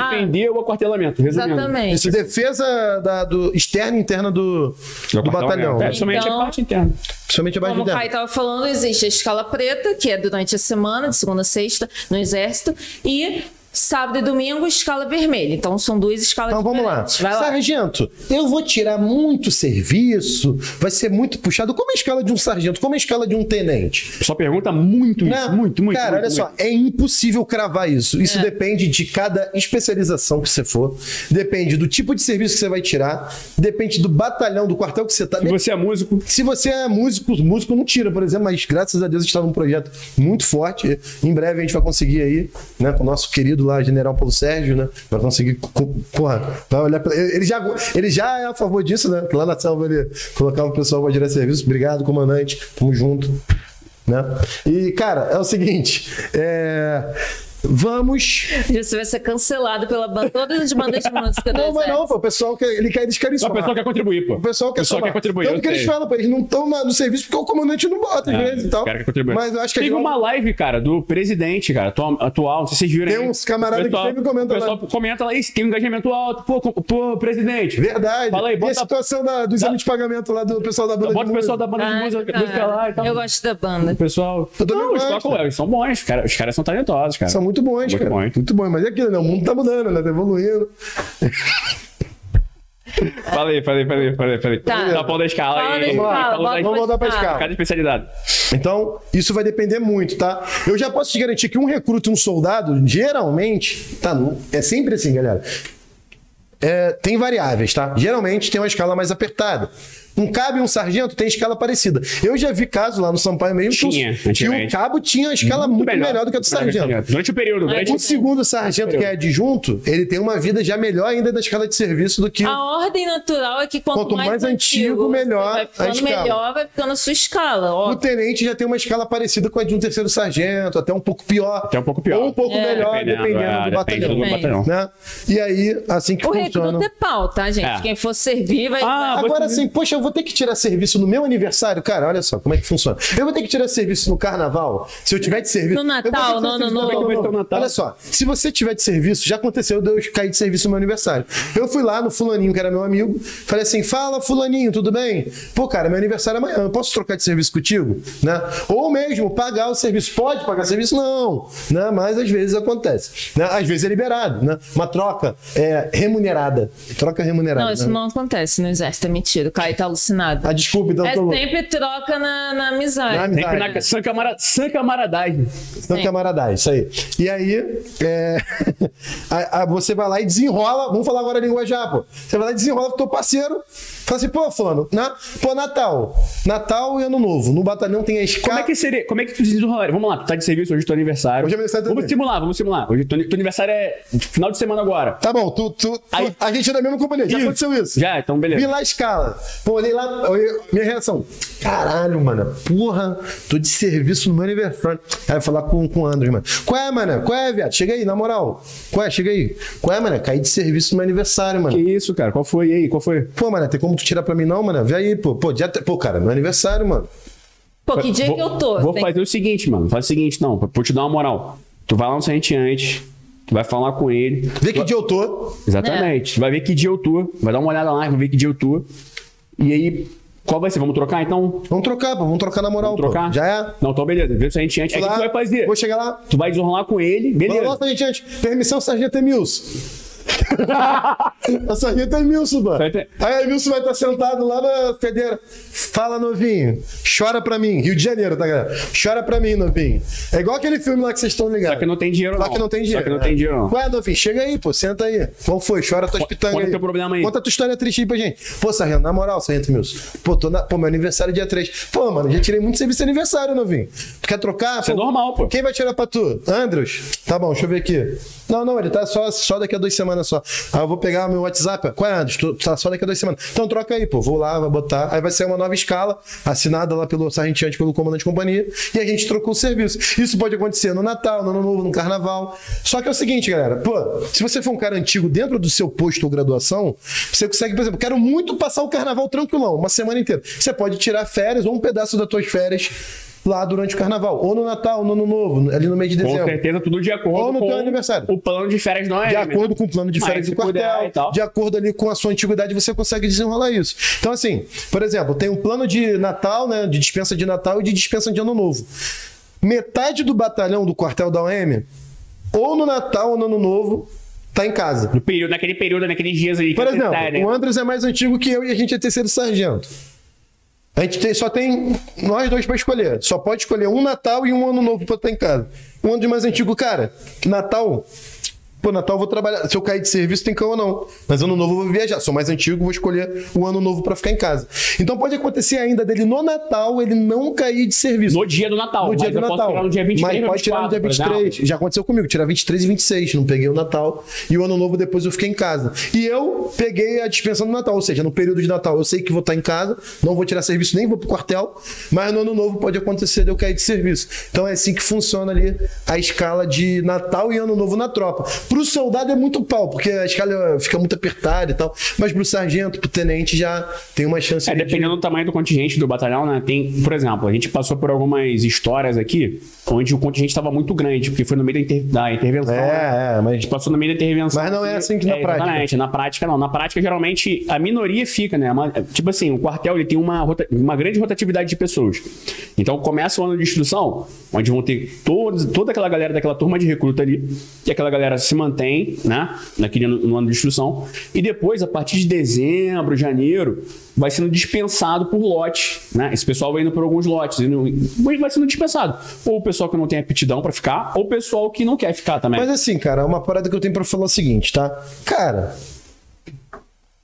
Ah, Defender o acortelamento, resumindo. Exatamente. Isso, defesa da, do externa e interna do, do batalhão. É, né? somente Então- a parte interna. Principalmente abaixo Como o de Kai terra. estava falando, existe a escala preta, que é durante a semana, de segunda a sexta, no exército, e sábado e domingo, escala vermelha. Então são duas escalas Então vamos lá. diferentes. Vai lá. Sargento, eu vou tirar muito serviço, vai ser muito puxado. Como é a escala de um sargento? Como é a escala de um tenente? Só pergunta muito isso, Né? muito, muito. Cara, muito, olha muito. só, é impossível cravar isso. Isso É. depende de cada especialização que você for, depende do tipo de serviço que você vai tirar, depende do batalhão, do quartel que você tá. Se você é músico, Se você é músico, músico não tira, por exemplo, mas graças a Deus a gente está num projeto muito forte. Em breve a gente vai conseguir aí, né, com o nosso querido lá, General Paulo Sérgio, né, vai conseguir, co- porra, vai olhar pra, ele já ele já é a favor disso, né? Lá na selva ele colocava o pessoal para gerar serviço. Obrigado, comandante. Tamo junto, né? E cara, é o seguinte, é, vamos Você vai ser cancelado pela banda, todas as bandas de música do não, mas exército. não, pô, o pessoal quer, ele quer, eles querem só a pessoa somar. quer contribuir, pô. O pessoal quer, somar. contribuir. Tanto eu que eles sei. falam, pô, eles não estão no serviço porque o comandante não bota, às É, vezes e tal. o cara quer contribuir. Mas eu acho que é um- Teve eles vão- uma live, cara, do presidente, cara, atu- atual, não sei se vocês viram Tem aí. uns camarada que Pessoal- sempre comenta o pessoal lá. comenta lá, isso, tem um engajamento alto. Pô, com- pô presidente. Verdade. Fala aí, e a bota, situação da- do exame de pagamento lá do pessoal da banda bota de o música? pessoal da banda de música, Ah, música lá e tal. Eu gosto da banda. O pessoal. Tudo não, bem, os gosto, tocam, cara. eles são bons, cara. Os caras são talentosos, cara. São muito bons, Muito cara. bons. Muito bons. Mas é aquilo, né? O mundo tá mudando, né? Tá evoluindo. Falei, falei, falei, falei, falei. Tá. Tá bom da escala Fala da aí. escala, Falou bota- da- Vamos voltar pra Ah, escala. Cada especialidade. Então, isso vai depender muito, tá? Eu já posso te garantir que um recruta e um soldado, geralmente, tá? nu- É sempre assim, galera. É, tem variáveis, tá? Geralmente tem uma escala mais apertada. Um cabo e um sargento tem escala parecida. Eu já vi caso lá no Sampaio mesmo que o- Tinha, que o antigamente. cabo tinha a escala muito, melhor, do que a do sargento. Durante o período, É. durante O segundo sargento, que é adjunto, ele tem uma vida já melhor ainda da escala de serviço do que. A ordem natural é que quanto, Quanto mais, mais antigo, você melhor Vai a ficando escala. melhor, vai ficando a sua escala. O Ó, tenente já tem uma escala parecida com a de um terceiro sargento, até um pouco pior. Até um pouco pior. Ou um pouco É. melhor, dependendo, é, do depende batalhão. do batalhão. Né? E aí, assim que o funciona. recruta é pau, tá, gente? É. Quem for servir vai. Ah, vou Agora te- assim, poxa, eu vou ter que tirar serviço no meu aniversário? Cara, olha só como é que funciona. Eu vou ter que tirar serviço no carnaval? Se eu tiver de serviço. No Natal, Eu vou ter que tirar no serviço Ano Novo. Natal, Vai ter o Natal. Olha só, se você tiver de serviço, já aconteceu de eu cair de serviço no meu aniversário. Eu fui lá no Fulaninho, que era meu amigo, falei assim: fala, Fulaninho, tudo bem? Pô, cara, meu aniversário é amanhã, eu posso trocar de serviço contigo? Né? Ou mesmo pagar o serviço. Pode pagar serviço? Não. Né? Mas às vezes acontece. Né? Às vezes é liberado. Né? Uma troca é, remunerada. Troca remunerada. Não, isso né? não acontece no exército, é mentira. O Caio tá alucinado. A desculpa, então, É tô louco. sempre assim. troca na, na amizade. Na Tá. Sempre amizade. né? na sã, camara, sã camaradagem. Então, Sim. camaradagem, isso aí. E aí, é, a- a- você vai lá e desenrola. Vamos falar agora a linguajar, pô. Você vai lá e desenrola com o teu parceiro. Fala assim, pô, Fulano, na, pô, Natal. Natal e Ano Novo. No batalhão tem a Como escala. é que seria? Como é que tu desenrolaria? Vamos lá, tu tá de serviço, hoje é teu aniversário. Hoje é aniversário Vamos também. simular, vamos simular. Hoje é teu, teu aniversário é final de semana agora. Tá bom, tu, tu, tu- Aí- a gente é da mesma companhia. Já Ih, aconteceu isso? Já, então Vi beleza. lá a escala. Pô, olhei lá, olhei- minha reação. Caralho, mano. Porra, tô de serviço no meu aniversário. Aí eu falar com, com o André, mano. Qual é, mano? Qual é, viado? Chega aí, na moral. Qual é? Chega aí. Qual é, mano? Caí de serviço no meu aniversário, mano. Que isso, cara? Qual foi E aí? Qual foi? Pô, mano, tem como tu tirar pra mim não, mano? Vê aí, pô. Pô, dia... pô cara, meu aniversário, mano. Pô, que dia vou, que eu tô? Vou Tem- fazer o seguinte, mano. Faz o seguinte, não. Pra, pra te dar uma moral. Tu vai lá no Serrente antes, tu vai falar com ele. Vê que dia eu tô. Né? Exatamente. Tu Vai ver que dia eu tô. Vai dar uma olhada lá, vai ver que dia eu tô. E aí, qual vai ser? Vamos trocar então? Vamos trocar, pô. Vamos trocar na moral, Vamos trocar? pô. Já é? Não, então beleza. Vê o Serrente antes. Aí o que Lá, tu vai fazer? Vou chegar lá. Tu vai desenrolar com ele, beleza. Nossa, gente, antes. Permissão, Sargento Emilson. A Sargento Emilson, é mano. Sargento- Aí o Emilson vai estar sentado lá na fedeira. Fala, novinho. Chora pra mim. Rio de Janeiro, tá, galera? Chora pra mim, novinho. É igual aquele filme lá que vocês estão ligados. Só que não tem dinheiro, Só não. que não tem dinheiro. Só que não tem dinheiro, não. Ué, novinho, chega aí, pô. Senta aí. Qual foi? Chora tuas pitangas conta aí. teu problema aí. Conta tua história triste aí pra gente. Pô, Sargento, na moral, Sargento Mills. Pô, tô na... pô, meu aniversário é dia 3. Pô, mano, já tirei muito serviço de aniversário, novinho. Tu quer trocar? Isso É normal, pô. Quem vai tirar pra tu? Andros? Tá bom, deixa eu ver aqui. Não, não, ele tá só, só daqui a duas semanas só. Aí eu vou pegar meu WhatsApp. Qual é, Andros? Tu tá só daqui a duas semanas. Então troca aí, pô. Vou lá, vou botar. Aí vai ser uma nova escala, assinada lá pelo sargenteante, pelo comandante de companhia. E a gente trocou o serviço. Isso pode acontecer no Natal, no Ano Novo, no Carnaval. Só que é o seguinte, galera. Pô, se você for um cara antigo dentro do seu posto ou graduação, você consegue, por exemplo, quero muito passar o Carnaval tranquilão, uma semana inteira. Você pode tirar férias ou um pedaço das tuas férias lá durante o carnaval, ou no Natal, no Ano Novo, ali no mês de Com dezembro. certeza, tudo de Ou acordo no com teu aniversário. o plano de férias não é. De acordo com o plano de Mas férias se do quartel, puder e tal. de acordo ali com a sua antiguidade, você consegue desenrolar isso. Então, assim, por exemplo, tem um plano de Natal, né? De dispensa de Natal e de dispensa de Ano Novo. Metade do batalhão do quartel da OM, ou no Natal ou no Ano Novo, tá em casa. No período, naquele período, naqueles dias aí. que Por você tá, né? exemplo, o Andros é mais antigo que eu e a gente é terceiro sargento. A gente tem- só tem nós dois pra escolher. Só pode escolher um Natal e um Ano Novo pra estar em casa. Um ano de mais antigo, cara, Natal. Pô, Natal eu vou trabalhar. Se eu cair de serviço, tem cão ou não. Mas ano novo eu vou viajar. Sou mais antigo, vou escolher o ano novo pra ficar em casa. Então pode acontecer ainda dele no Natal ele não cair de serviço. No dia do Natal. No dia mas do eu posso Natal. tirar no dia 23 mas ou pode tirar no dia 24, por 23. Já aconteceu comigo, tirar 23 e 26. Não peguei o Natal. E o ano novo depois eu fiquei em casa. E eu peguei a dispensa no Natal, ou seja, no período de Natal eu sei que vou estar em casa, não vou tirar serviço, nem vou pro quartel. Mas no ano novo pode acontecer de eu cair de serviço. Então é assim que funciona ali a escala de Natal e ano novo na tropa. Pro soldado é muito pau, porque a escala fica muito apertada e tal. Mas pro sargento, pro tenente já tem uma chance É, ali de. dependendo do tamanho do contingente do batalhão, né? Tem, por exemplo, a gente passou por algumas histórias aqui onde o contingente estava muito grande, porque foi no meio da, inter- da intervenção. né? É, é, A mas. gente passou no meio da intervenção. Mas não é assim que na prática. Exatamente, na prática não. Na prática, geralmente, a minoria fica, né? Uma- Tipo assim, o quartel ele tem uma, rota- uma grande rotatividade de pessoas. Então começa o ano de instrução, onde vão ter todos, toda aquela galera daquela turma de recruta ali, e aquela galera se mantém, né? Naquele ano, no ano de instrução. E depois, a partir de dezembro, janeiro, vai sendo dispensado por lote, né? Esse pessoal vai indo por alguns lotes, indo- mas vai sendo dispensado. Ou o pessoal que não tem aptidão pra ficar, ou o pessoal que não quer ficar também. Mas assim, cara, uma parada que eu tenho pra falar é o seguinte, tá? Cara.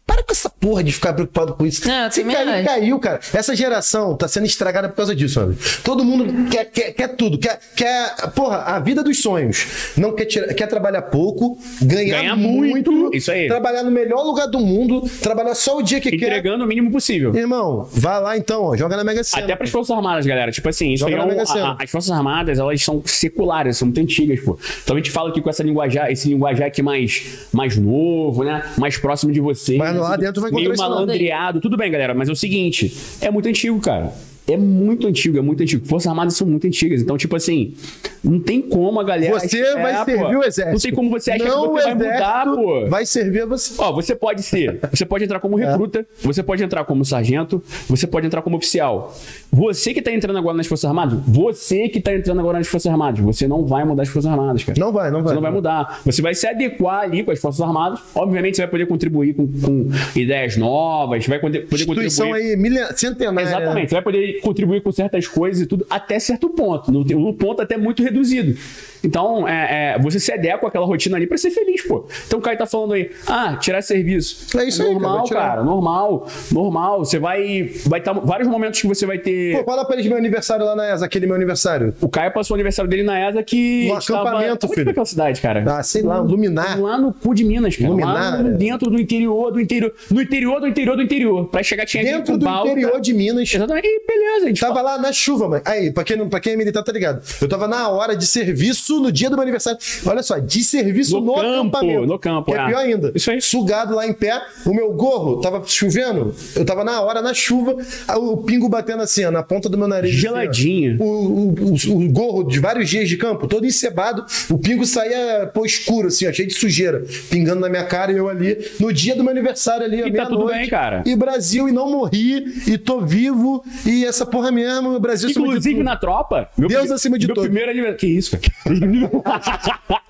Para com essa porra de ficar preocupado com isso. Não, eu Se também caiu, acho. caiu, cara. Essa geração tá sendo estragada por causa disso, mano. Todo mundo quer, quer, quer tudo. Quer, quer, porra, a vida dos sonhos. Não quer, tirar, quer trabalhar pouco, ganhar, Ganhar muito, muito, isso aí. Trabalhar no melhor lugar do mundo, trabalhar só o dia que Entregando o mínimo possível. quer. Irmão, vai lá então, ó, joga na Mega Sena. Até para as Forças Armadas, galera. Tipo assim, isso aí Joga é na um, Mega Sena. a- a- as Forças Armadas, elas são seculares, são muito antigas, pô. Então a gente fala aqui com essa linguajar, esse linguajar aqui mais, mais novo, né? Mais próximo de vocês. Mas lá tudo- dentro vai Meio encontrar isso não. malandreado. Tudo bem, galera, mas é o seguinte, é muito antigo, cara. é muito antigo, é muito antigo. Forças Armadas são muito antigas. Então, tipo assim, não tem como a galera. Você É, vai pô. servir o exército. Não tem como você achar Não, que você o vai mudar, exército pô. Vai servir a você. Ó, você pode ser. Você pode entrar É. como recruta, você pode entrar como sargento, você pode entrar como oficial. Você que tá entrando agora nas Forças Armadas, você que tá entrando agora nas Forças Armadas, você não vai mudar as Forças Armadas, cara. Não vai, não vai. Você não vai mudar. Você vai se adequar ali com as Forças Armadas. Obviamente, você vai poder contribuir com, com ideias novas, vai poder, poder Instituição contribuir. aí, milha... centenária. Exatamente, você vai poder contribuir com certas coisas e tudo até certo ponto, num num ponto até muito reduzido. Então, é, é, você se adequa àquela rotina ali pra ser feliz, pô. Então o Caio tá falando aí, ah, tirar serviço. É isso aí, cara, normal, vai tirar. cara, normal, normal. Você vai. Vai estar vários momentos que você vai ter. Pô, fala pra eles meu aniversário lá na ESA, aquele meu aniversário. O Caio passou o aniversário dele na ESA que. No acampamento, Onde filho. foi aquela cidade, cara? Ah, sei lá, luminar. é. Lá no cu de Minas, cara. Lá Luminária. no- dentro do interior do interior. No interior do interior do interior. Pra chegar tinha aquele Dentro do Balta. interior de Minas. Exatamente. E beleza, a gente Tava lá na chuva, mano. Aí, pra quem, não- pra quem é militar, tá ligado? Eu tava na hora de serviço no dia do meu aniversário. Olha só, de serviço No no, campo, acampamento. no campo, Que é ah. pior ainda. Isso aí. Sugado lá em pé, o meu gorro tava chovendo. Eu tava na hora, na chuva, aí o pingo batendo assim, ó, na ponta do meu nariz. assim, ó. Geladinho. O, o, o- o gorro de vários dias de campo, todo encebado. O pingo saía, pô, escuro, assim, ó, cheio de sujeira. Pingando na minha cara e eu ali. No dia do meu aniversário ali, E tá tudo bem, cara. E Brasil, e não morri, e tô vivo, e essa porra mesmo, o Brasil acima de Inclusive tudo. na tropa. meu Deus prime- acima de meu tudo. primeiro aniversário. Que isso, cara?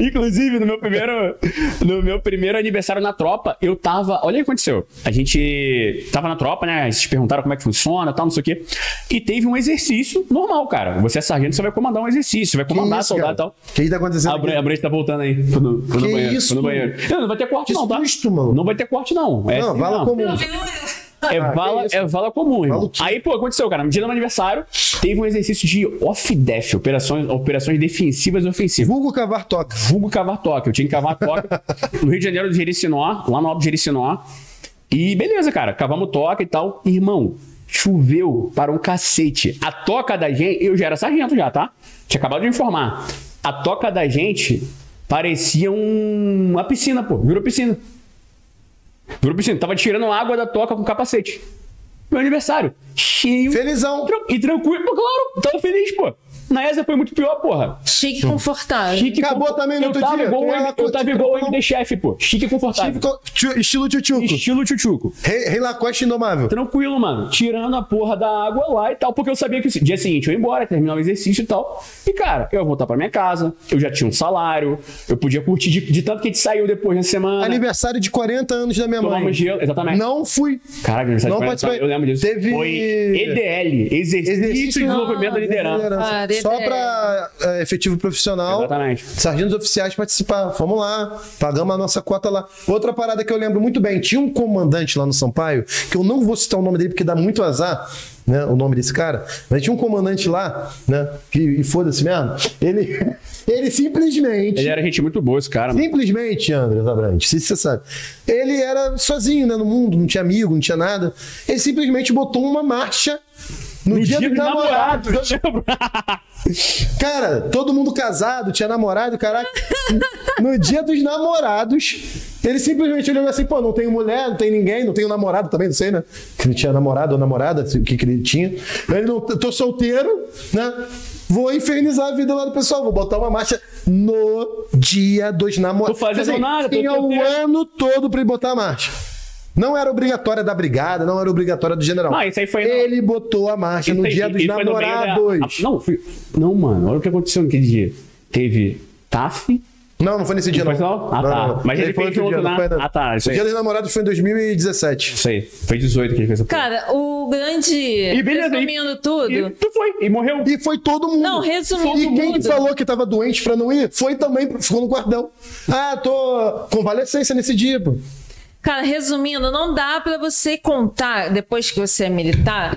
Inclusive, no meu primeiro. No meu primeiro aniversário na tropa, eu tava. Olha o que aconteceu. A gente tava na tropa, né? Vocês perguntaram como é que funciona tal, não sei o quê. E teve um exercício normal, cara. Você é sargento, você vai comandar um exercício, você vai Que comandar isso, soldado então. cara? e tal. Que aí tá acontecendo? A, aqui? Bran- a Brand tá voltando aí. Foi no, foi no Que banheiro. isso? Foi no banheiro. Não, não vai ter corte, Que não, tá? susto, mano. Não vai ter corte, não. É Não, assim, vala não. comum. É, Ah, que vala, isso. é vala comum, irmão. Vala o quê? Aí, pô, aconteceu, cara. No dia do meu aniversário, teve um exercício de off-def, operações, operações defensivas e ofensivas. Vulgo cavar toca. Vulgo cavar toque. Eu tinha que cavar toque no Rio de Janeiro do Jericinó, lá no Alto do Jericinó. E beleza, cara. Cavamos toque e tal. Irmão, choveu para um cacete. A toca da gente... Eu já era sargento já, tá? Tinha acabado de me formar. A toca da gente parecia um- uma piscina, pô. Virou piscina. Virou piscina. Tava tirando água da toca com capacete. Meu aniversário. Cheio. Felizão. Tran- E tranquilo. Pô, claro, tava feliz, pô. Na ESA foi muito pior, porra. Chique e confortável. Chique e Acabou confort- também no eu outro tava dia. Igual, Tu o ia lá M- eu curtir, tava igual o então- MD chefe, pô. Chique e confortável. Ficou- tio- Tipo, Estilo tchutchuco. Estilo tchutchuco. Rei, rei Lacoste indomável. Tranquilo, mano. Tirando a porra da água lá e tal. Porque eu sabia que o dia seguinte eu ia embora, terminar o exercício e tal. E, cara, eu ia voltar pra minha casa. Eu já tinha um salário. Eu podia curtir de, de tanto que a gente saiu depois na semana. Aniversário de 40 anos da minha mãe. Tomamos gelo. Exatamente. Não fui. Caralho, aniversário Não de 40, participei. Eu lembro disso. Teve- Foi EDL, Exercício, de Exercício- Desenvolvimento da Liderança. Ah, DDR. Só pra é, efetivo profissional. Exatamente. Sargentos oficiais participaram. Fomos lá, pagamos a nossa cota lá. Outra parada que eu lembro muito bem: tinha um comandante lá no Sampaio, que eu não vou citar o nome dele porque dá muito azar. Né, o nome desse cara, mas tinha um comandante lá, né? Que e foda-se mesmo. Ele, ele é- simplesmente. Ele era gente muito boa, esse cara. mano. Simplesmente, André Zabrante, se você sabe. Ele era sozinho né, no mundo, não tinha amigo, não tinha nada. Ele simplesmente botou uma marcha no, dia, do namorado. Cara, todo mundo casado, tinha namorado, caraca. no dia dos namorados, ele simplesmente olhando assim, pô, não tenho mulher, não tenho ninguém, não tenho namorado também, não sei, né? Que ele tinha namorado ou namorada, sei o que, que ele tinha. Ele não, tô solteiro, né? Vou infernizar a vida lá do pessoal, vou botar uma marcha no dia dos namorados. Tô fazendo nada, tô tinha o solteiro. ano todo pra ele botar a marcha. Não era obrigatória da brigada, não era obrigatória do general. Ah, isso aí foi no- Ele botou a marcha no dia dos E foi no meio da- namorados. Não, fui- não, mano, olha o que aconteceu naquele dia. Teve TAF. Não, não foi nesse dia, Não não. foi não? Ah, tá. Mas ele fez outro no outro, dia, né? não foi, não. Ah, tá, isso O aí. dia dos namorados foi em 2017. Isso aí. Foi 18 que ele fez essa porra. Cara, o grande. E beleza, aí- Resumindo tudo. E tu foi. E morreu. E foi todo mundo. Não, resumindo E quem tudo. falou que tava doente pra não ir, foi também, ficou no guardão. Ah, tô convalescência nesse dia, pô. Cara, resumindo, não dá pra você contar, depois que você é militar,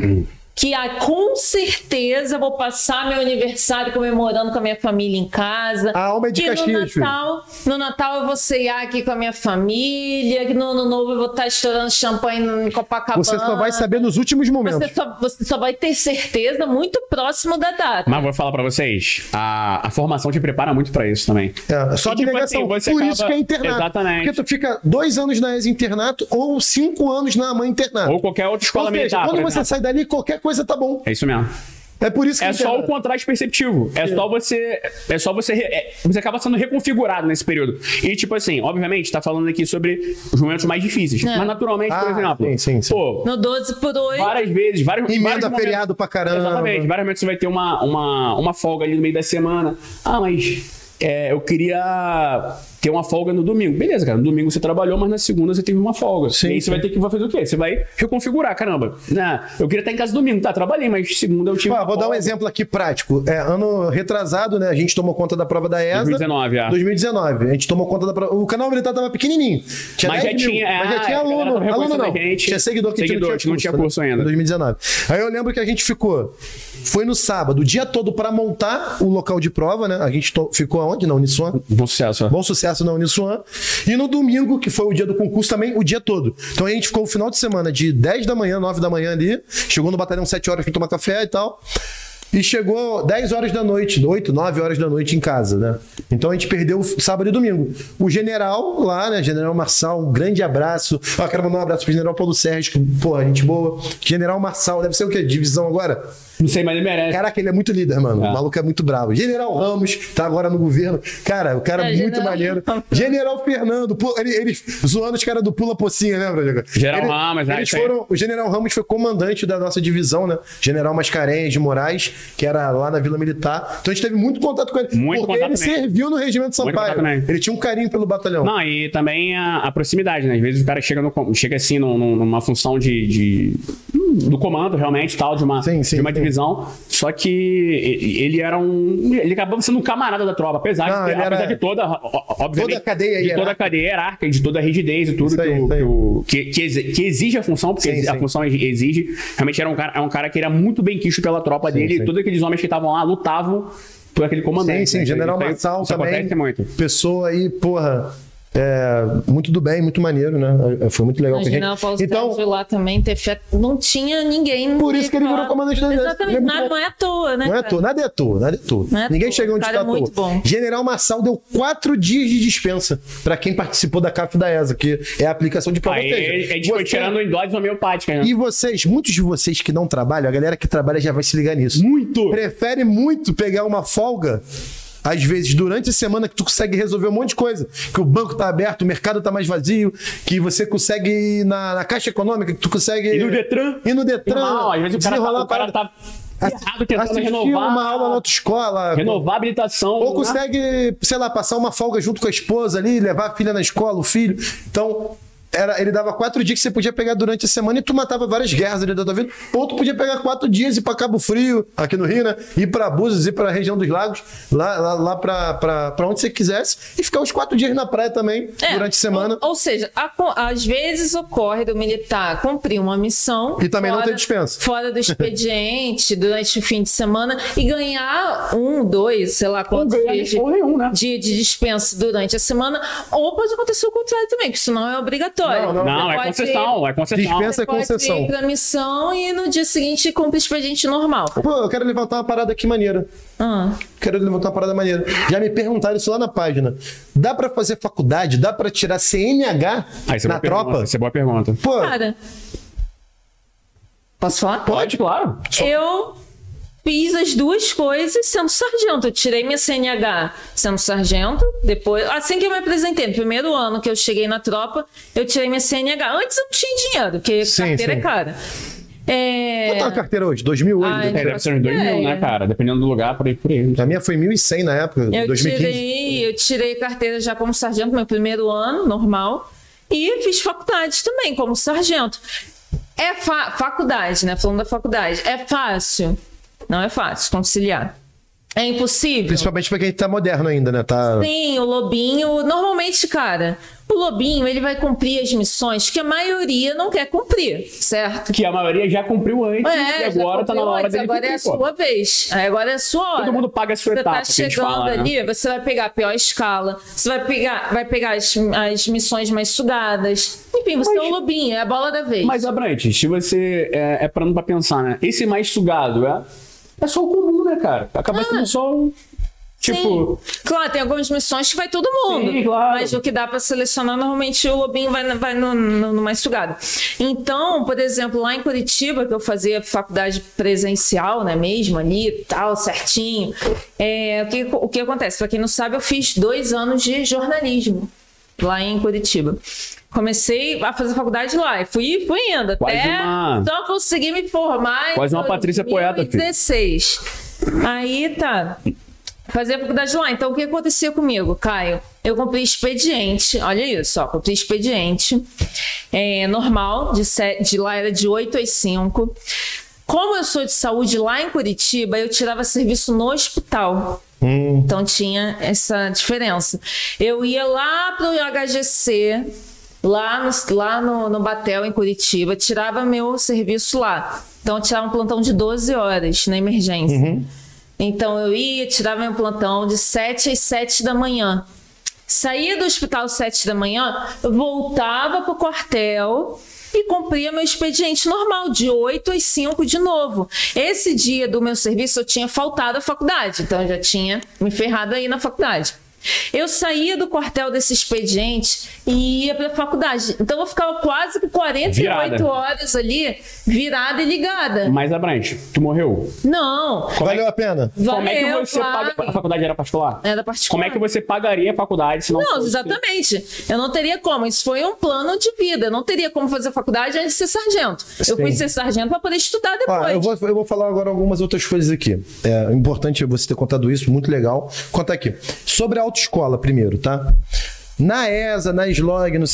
que ah, com certeza vou passar meu aniversário comemorando com a minha família em casa. A alma é de que Caxias, no filho. Natal, no Natal eu vou ceiar aqui com a minha família, que no Ano Novo eu vou estar estourando champanhe em Copacabana. Você só vai um saber nos últimos momentos. Você só, você só vai ter certeza muito próximo da data. Mas vou falar pra vocês, a, a formação te prepara muito pra isso também. É, só E, tipo abnegação. assim, você Por acaba- isso que é internato. Exatamente. Porque tu fica dois anos na ex-internato ou cinco anos na mãe internato. Ou qualquer outra escola Ou seja, militar. Quando por você exemplo. sai dali, qualquer coisa tá bom. É isso mesmo. É por isso que né? É não tem só o nada. contraste perceptivo. É só você. É só você. re- é- você acaba sendo reconfigurado nesse período. E, tipo assim, obviamente, tá falando aqui sobre os momentos mais difíceis. É. Mas naturalmente, por Ah, exemplo. sim, sim, sim. Pô, No 12 por 8. várias vezes, vários. vários Emenda momentos- feriado pra caramba. Exatamente. Vários momentos você vai ter uma, uma, uma folga ali no meio da semana. Ah, mas é, eu queria ter uma folga no domingo. Beleza, cara. No domingo você trabalhou, mas na segunda você teve uma folga. e aí você vai ter que vai fazer o quê? Você vai reconfigurar, caramba. Ah, eu queria estar em casa domingo. Tá, trabalhei, mas segunda eu tive. Ó, uma vou dar um folga. exemplo aqui prático. É, ano retrasado, né? A gente tomou conta da prova da ESA. 2019, é. 2019. A gente tomou conta da prova. O canal militar tava pequenininho. Tinha Mas 10 já mil, tinha- mas já ah, tinha a galera aluno. tava Aluno não. reconhecendo a gente. Tinha seguidor que Seguidor, não que tinha, não tinha né? curso ainda. Em 2019. Aí eu lembro que a gente ficou. Foi no sábado, o dia todo para montar o local de prova, né? A gente to- ficou aonde? Na Uniswan? Bom sucesso. ó. Bom sucesso na Uniswan. E no domingo, que foi o dia do concurso também, o dia todo. Então a gente ficou o final de semana de 10 da manhã, 9 da manhã ali. Chegou no batalhão 7 horas para tomar café e tal. E chegou 10 horas da noite, 8, 9 horas da noite em casa, né? Então a gente perdeu o sábado e domingo. O general lá, né? General Marçal, um grande abraço. Ah, quero mandar um abraço pro general Paulo Sérgio, que, porra, gente boa. General Marçal, deve ser o quê? Divisão agora? Não sei, mas ele merece. Caraca, ele é muito líder, mano. É. O maluco é muito bravo. General Ramos, tá agora no governo. Cara, o cara É, é, muito General- maneiro. General Fernando, pô, ele, ele zoando os caras do Pula Pocinha, lembra, Diego? General Ele- Ramos, né, eles isso aí. foram, O General Ramos foi comandante da nossa divisão, né? General Mascarenhas de Moraes, que era lá na Vila Militar. Então a gente teve muito contato com ele. Muito porque contato ele mesmo. serviu no Regimento contato Sampaio. mesmo. Ele tinha um carinho pelo batalhão. Não, e também a, a proximidade, né? Às vezes o cara chega, no com- chega assim num- num- numa função de, de- do comando, realmente, tal, de uma, Sim, sim, de uma sim. divisão. Só que e- e- ele era um. Ele acabava sendo um camarada da tropa, apesar, Não, de, ele apesar era- de toda, ó, ó, obviamente, Toda a cadeia de toda a hierárquica. cadeia hierárquica, de toda a rigidez e tudo Isso aí, que, o- isso aí. que o- que- que exi- que exige a função, porque Sim, a sim. função exi- exige. Realmente era um cara, é um cara que era muito bem quisto pela tropa dele, e todos aqueles homens que estavam lá lutavam por aquele comandante. Sim, sim, né? General Isso aí- Marçal isso também. acontece muito. Pessoa aí, porra. é, muito do bem, muito maneiro, né? Foi muito legal com a gente. Imagina o Paulo Então, Sérgio lá também ter fe... Não tinha ninguém. Por isso que ele virou comandante da exército. Ele Exatamente. é muito Nada, bom. não é à toa, né? Não é à cara? toa, nada é à toa, nada é à toa. Não é à Ninguém toa, chega onde o cara está é muito à toa. bom. General Marçal deu quatro dias de dispensa para quem participou da CAF da ESA, que é a aplicação de prova. Aí Ou seja, a gente foi você- tirando em doses homeopáticas, né? E vocês, muitos de vocês que não trabalham, a galera que trabalha já vai se ligar nisso. Muito! Prefere muito pegar uma folga. Às vezes, durante a semana, que tu consegue resolver um monte de coisa. Que o banco tá aberto, o mercado tá mais vazio, que você consegue ir na, na caixa econômica, que tu consegue. E no Detran? E no Detran. Não, às vezes o cara tá, desenrolar o cara a tá ferrado tentando assistir renovar. uma aula na autoescola. Renovar a habilitação. Ou né? consegue, sei lá, passar uma folga junto com a esposa ali, levar a filha na escola, o filho. Então, era, ele dava quatro dias que você podia pegar durante a semana e tu matava várias guerras ali da tua vida. Ou tu podia pegar quatro dias e ir pra Cabo Frio, aqui no Rio, né? Ir pra Búzios, ir pra região dos lagos, lá, lá, lá pra, pra, pra onde você quisesse. E ficar uns quatro dias na praia também, É, durante a semana. Ou, ou seja, a co- às vezes ocorre do militar cumprir uma missão. E também não ter dispensa. Fora do expediente, durante o fim de semana, e ganhar um, dois, sei lá quantos ganhar dias de, porra nenhuma, né? de, de dispensa durante a semana. Ou pode acontecer o contrário também, que isso não é obrigatório. Não, Não, Você é pode- concessão, é concessão. Dispensa- Você é pode concessão. ir pra missão e no dia seguinte cumpre o expediente normal. Pô, eu quero levantar uma parada aqui maneira. Ah. Quero levantar uma parada maneira. Já me perguntaram isso lá na página. Dá pra fazer faculdade? Dá pra tirar CNH Ah, isso é na boa pergunta, tropa? Isso é boa pergunta. Pô, Cara. Posso falar? Pode, claro. Eu fiz as duas coisas sendo sargento. Eu tirei minha CNH sendo sargento. Depois, assim que eu me apresentei, no primeiro ano que eu cheguei na tropa, eu tirei minha CNH. Antes eu não tinha dinheiro, porque Sim, carteira sim. é cara. É... Quanto é uma carteira hoje? 2008. Ai, É, deve ser uns dois mil, né, cara? Dependendo do lugar, por aí, por aí. A minha foi 1.100 na época, Eu 2015. tirei, eu tirei carteira já como sargento, meu primeiro ano, normal. E fiz faculdade também, como sargento. É fa- faculdade, né? Falando da faculdade. É fácil? Não é fácil conciliar. É impossível? Principalmente pra quem tá moderno ainda, né? Tá... Sim, o Lobinho. Normalmente, cara, o Lobinho ele vai cumprir as missões que a maioria não quer cumprir, certo? é, Que a maioria já cumpriu antes e já agora tá na cumpriu hora antes, dele Agora cumprir, é a pô. sua vez. Aí Agora é a sua hora. Todo mundo paga a sua Você etapa, tá que a gente chegando fala, né? ali, você vai pegar a pior escala, você vai pegar, vai pegar as, as missões mais sugadas. Enfim, você é um lobinho, é a bola da vez. Mas, Abrante, se você é, é parando pra pensar, né? Esse mais sugado é, é só o comum, né, cara? Acaba sendo só o. Tipo, Sim. Claro, tem algumas missões que vai todo mundo. Sim, claro. Mas o que dá pra selecionar, normalmente o lobinho vai, vai no, no, no mais sugado. Então, por exemplo, lá em Curitiba, que eu fazia faculdade presencial, né, mesmo ali e tal, certinho. é, o, que, o que acontece? Pra quem não sabe, eu fiz dois anos de jornalismo lá em Curitiba. Comecei a fazer faculdade lá e fui, fui indo Quase até uma- só consegui me formar em Quase uma Patrícia Poeta, filho. 2016. Aí tá. Fazia faculdade lá. Então, o que acontecia comigo, Caio? Eu cumpri expediente, olha isso, ó, cumpri expediente. É, normal, de, se- de lá era de 8 às 5. Como eu sou de saúde lá em Curitiba, eu tirava serviço no hospital. Então tinha essa diferença. Eu ia lá pro HGC, lá no, lá no, no Batel, em Curitiba, tirava meu serviço lá. Então eu tirava um plantão de 12 horas na emergência. Então eu ia, tirava meu plantão de 7 às 7 da manhã. Saía do hospital às 7 da manhã, voltava pro quartel e cumpria meu expediente normal, de 8 às 5 de novo. Esse dia do meu serviço eu tinha faltado à faculdade, então eu já tinha me ferrado aí na faculdade. Eu saía do quartel desse expediente e ia pra faculdade. Então eu ficava quase que 48 Virada. horas ali, virada e ligada. Mais abrante, tu morreu. Não, Valeu a pena? Como é que valeu, você claro. paga. A faculdade era particular? Era particular. Como é que você pagaria a faculdade se não. Não, fosse- exatamente. Eu não teria como. Isso foi um plano de vida. Eu não teria como fazer faculdade antes de ser sargento. Eu fui ser sargento para poder estudar depois. Ó, eu, vou, eu vou falar agora algumas outras coisas aqui. É importante você ter contado isso, muito legal. Contar aqui. Sobre a autoescola primeiro, tá? Na ESA, na Slog, no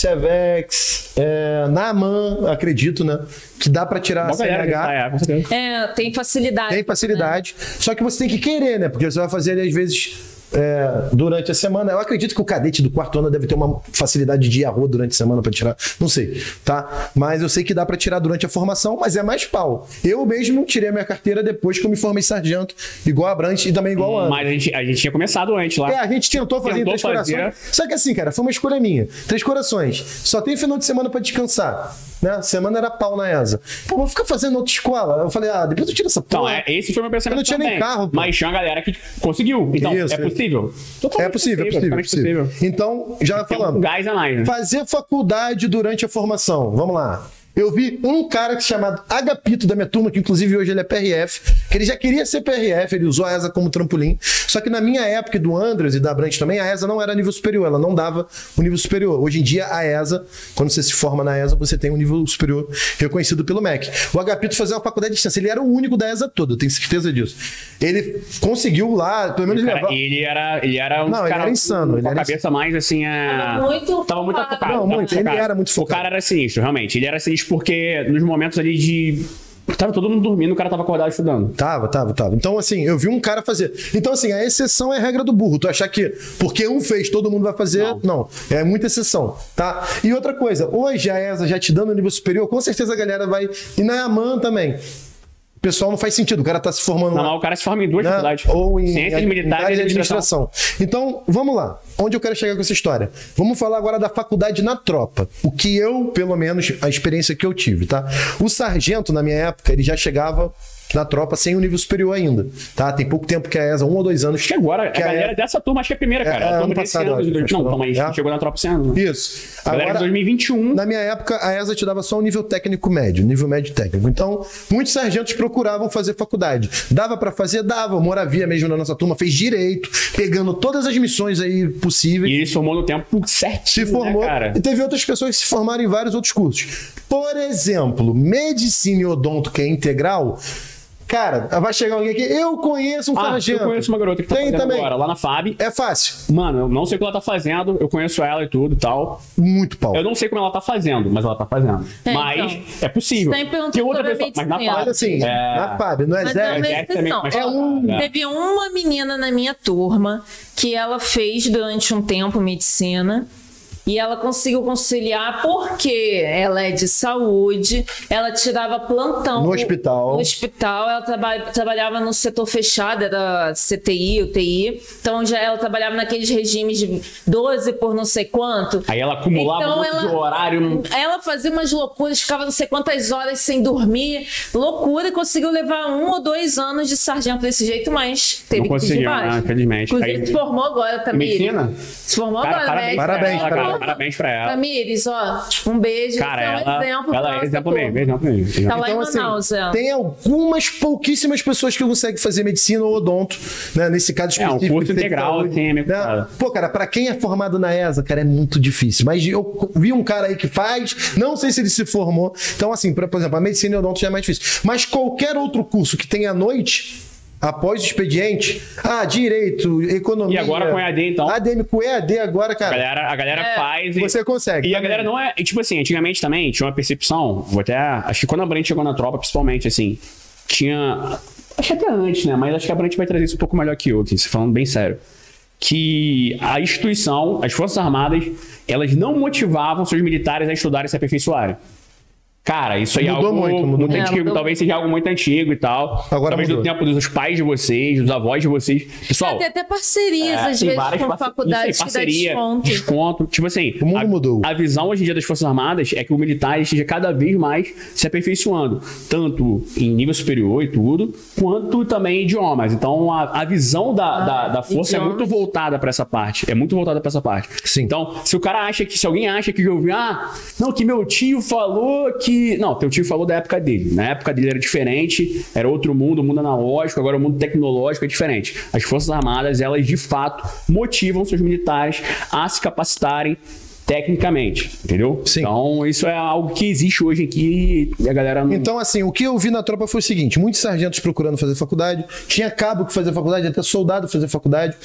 Cevex, é, na AMAN, acredito, né? Que dá pra tirar a Mó galera que CNH. sai, é, com certeza. É, tem facilidade. Tem facilidade. né? Só que você tem que querer, né? Porque você vai fazer ali, às vezes, é, durante a semana. Eu acredito que o cadete do quarto ano deve ter uma facilidade de ir à rua durante a semana pra tirar. Não sei, tá? Mas eu sei que dá pra tirar durante a formação, mas é mais pau. Eu mesmo tirei a minha carteira depois que eu me formei sargento, igual a Brant e também igual a Ana. Mas a gente, a gente tinha começado antes lá. É, a gente tentou fazer em Tentou Três fazer. Corações. Só que assim, cara, foi uma escolha minha. Três Corações. Só tem final de semana pra descansar. Né? Semana era pau na ESA. Pô, vou ficar fazendo outra escola. Eu falei, ah, depois eu tiro essa porra. Então, é, esse foi o meu Eu pensamento. não tinha nem também. carro, pô. Mas tinha uma galera que conseguiu. Então, Isso, isso. é possível. É possível, é possível, é totalmente possível. Então, já Tem um falando. gás a mais, né? Fazer faculdade durante a formação. Vamos lá. Eu vi um cara que se chamado Agapito da minha turma, que inclusive hoje ele é PRF, que ele já queria ser PRF, ele usou a ESA como trampolim. Só que na minha época e do Andres e da Brandt também, a ESA não era nível superior, ela não dava o nível superior. Hoje em dia, a ESA, quando você se forma na ESA, você tem um nível superior reconhecido pelo MEC. O Agapito fazia uma faculdade de distância, ele era o único da ESA toda, eu tenho certeza disso. Ele conseguiu lá, pelo menos Cara, levar. ele era, ele era um Não, ele cara era insano, Com ele a era cabeça mais assim. É... Tava muito Tava muito focado. focado. Não, tava muito, ele era muito O focado. cara era sinistro, realmente. Ele era sinistro porque nos momentos ali de. Tava todo mundo dormindo, o cara tava acordado estudando. Tava, tava, tava. Então, assim, eu vi um cara fazer. Então, assim, a exceção é a regra do burro. Tu achar que porque um fez, todo mundo vai fazer. Não. É muita exceção, tá? E outra coisa, hoje a ESA já te dando nível superior, com certeza a galera vai. E na AMAN também. O pessoal não faz sentido. O cara tá se formando Não, lá mas o cara se forma em duas né? faculdades. Ou em Ciências militares e administração. Então, vamos lá. Onde eu quero chegar com essa história? Vamos falar agora da faculdade na tropa. O que eu, pelo menos, a experiência que eu tive, tá? O sargento, na minha época, ele já chegava na tropa sem o nível superior ainda, tá? Tem pouco tempo que a ESA, um ou dois anos. Que agora, a que galera dessa turma, acho que é a primeira, cara. é, a turma ano desse passado, ano. acho, de- acho Não, que calma aí, não. É. chegou na tropa esse ano. né? Isso. Galera de 2021. Na minha época, a ESA te dava só um nível técnico médio, nível médio técnico. Então, muitos sargentos procuravam fazer faculdade. Dava pra fazer? Dava. O Moravia mesmo na nossa turma fez direito, pegando todas as missões aí E possíveis. ele se formou no tempo certinho. se formou Né, cara? e tá teve outras pessoas que se formaram em vários outros cursos. Por exemplo, medicina e odonto, que é integral. Cara, vai chegar alguém aqui. Eu conheço um Ah, eu sargento. conheço uma garota que tá Tem fazendo também. agora, lá na FAB. É fácil. Mano, eu não sei o que ela tá fazendo, eu conheço ela e tudo e tal. Muito pau. Eu não sei como ela tá fazendo, mas ela tá fazendo. É, mas então. é possível. Sempre perguntou Tem outra sobre pessoa, mas na medicina. FAB. Olha assim, é, na FAB, no Mas é Exército. uma Jack também, exceção. mas- Ó, É um- Teve uma menina na minha turma que ela fez durante um tempo medicina. E ela conseguiu conciliar porque ela é de saúde, ela tirava plantão. No hospital. No hospital, ela traba- trabalhava no setor fechado, era CTI, UTI. Então já ela trabalhava naqueles regimes de 12 por não sei quanto. Aí ela acumulava Então um monte ela- de horário. não- Ela fazia umas loucuras, ficava não sei quantas horas sem dormir, loucura, e conseguiu levar um ou dois anos de sargento desse jeito, mas teve Não que ir de conseguiu, baixo. né? Infelizmente. Inclusive, Aí- se formou agora, Tamires. Medicina? Se formou Cara, agora, parabéns, médica. Tá Parabéns, pra ela, parabéns. cara. Parabéns pra ela. Tamires, ó, um beijo. Cara, você é ela, um exemplo. pra ela é nossa exemplo turma. mesmo, né? exemplo mesmo. Tá lá Então, em assim, Manaus, é. tem algumas pouquíssimas pessoas que conseguem fazer medicina ou odonto, né? Nesse caso É, um específico. curso de integral, saúde, assim, é meio né? complicado. Pô, cara, pra quem é formado na ESA, cara, é muito difícil. Mas eu vi um cara aí que faz, não sei se ele se formou. Então, assim, pra- por exemplo, a medicina e odonto já é mais difícil. Mas qualquer outro curso que tenha à noite. Após o expediente, ah, direito, economia. E agora com EAD, então? ADM com EAD agora, A cara. galera, a galera É. faz e. Você consegue. E a também. galera não é. e, Tipo assim, antigamente também tinha uma percepção. Vou até. Acho que quando a Brand chegou na tropa, principalmente, assim. Tinha. Acho que até antes, né? Mas acho que a Brand vai trazer isso um pouco melhor que eu, aqui, se falando bem sério. Que a instituição, as Forças Armadas, elas não motivavam seus militares a estudarem e se aperfeiçoarem. Cara, isso aí Mudou é algo muito, mudou muito. antigo. É, mudou Talvez seja algo muito antigo e tal. Agora talvez do mudou. tempo dos pais de vocês, dos avós de vocês. Pessoal, É, Tem até parcerias, é, às tem vezes, várias com parce- faculdades isso aí, que dá desconto. desconto. Tipo assim, O mundo a, mudou. A visão hoje em dia das Forças Armadas é que o militar esteja cada vez mais se aperfeiçoando, tanto em nível superior e tudo, quanto também em idiomas. Então a, a visão da, da, da força é idiomas. muito voltada para essa parte. É muito voltada para essa parte. Sim. Então, se o cara acha que, se alguém acha que eu ouvi, ah, não, que meu tio falou que. Não, teu tio falou da época dele. Na época dele era diferente, era outro mundo, o mundo analógico, agora o mundo tecnológico é diferente. As Forças Armadas, elas de fato motivam seus militares a se capacitarem tecnicamente, entendeu? Sim. Então, isso é algo que existe hoje aqui e a galera não. Então, assim, o que eu vi na tropa foi o seguinte: muitos sargentos procurando fazer faculdade, tinha cabo que fazia faculdade, até soldado fazia faculdade.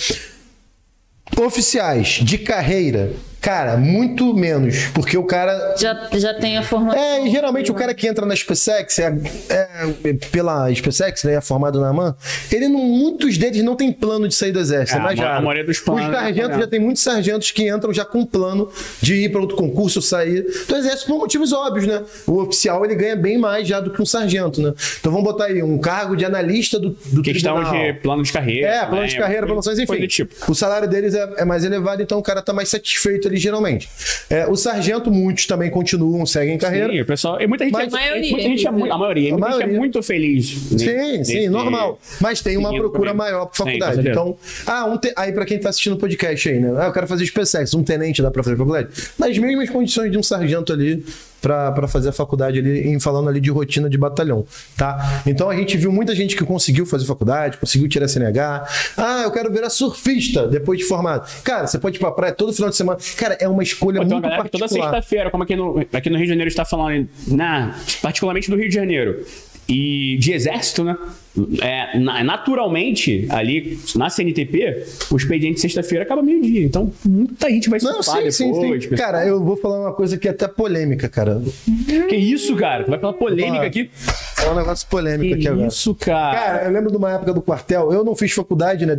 Oficiais de carreira, cara, muito menos, porque o cara Já, já tem a formação. é, e geralmente o né? cara que entra na SpaceX, é, é, pela SpaceX, né, é formado na AMAN, ele não, muitos deles não tem plano de sair do exército. É, É, mais a ma- raro. a maioria dos planos, Os sargentos, né? já tem muitos sargentos que entram já com plano de ir para outro concurso, sair do exército por motivos óbvios, né? O oficial, ele ganha bem mais já do que um sargento, né? Então vamos botar aí um cargo de analista do, do Questão tribunal. de plano de carreira. É, plano de né? carreira, Coisa- promoções, coisa enfim. do tipo. O salário deles é, é mais elevado, então o cara tá mais satisfeito ali, geralmente. É, o sargento, muitos também continuam, seguem carreira. Sim, o pessoal, e muita gente, Mas- é, Maioria, muita gente é muito, a maioria, A muita gente maioria. é muito feliz. Sim, sim, normal. Mas tem uma seguindo procura também. maior por Sim, com faculdade. certeza. então, ah, um te- aí pra quem tá assistindo o podcast aí, né? Ah, eu quero fazer SpaceX, um tenente dá pra fazer faculdade? Nas mesmas condições de um sargento ali pra pra fazer a faculdade ali, em falando ali de rotina de batalhão, tá? Então a gente viu muita gente que conseguiu fazer faculdade, conseguiu tirar CNH. Ah, eu quero virar surfista depois de formado. Cara, você pode ir pra praia todo final de semana. Cara, é uma escolha Então, a muito galera que toda particular. sexta-feira, como aqui no, aqui no Rio de Janeiro está falando, na, particularmente do Rio de Janeiro, e de exército, né? É, na- naturalmente, ali na CNTP, o expediente de sexta-feira acaba meio-dia. Então, muita gente vai se Não, ocupar sim, sim, depois. sim. pessoal. Cara, eu vou falar uma coisa que é até polêmica, cara. Que isso, cara? Vai pela polêmica Vamos lá. aqui. É um negócio polêmico aqui Que agora. isso, cara? Cara, eu lembro de uma época do quartel, eu não fiz faculdade, né?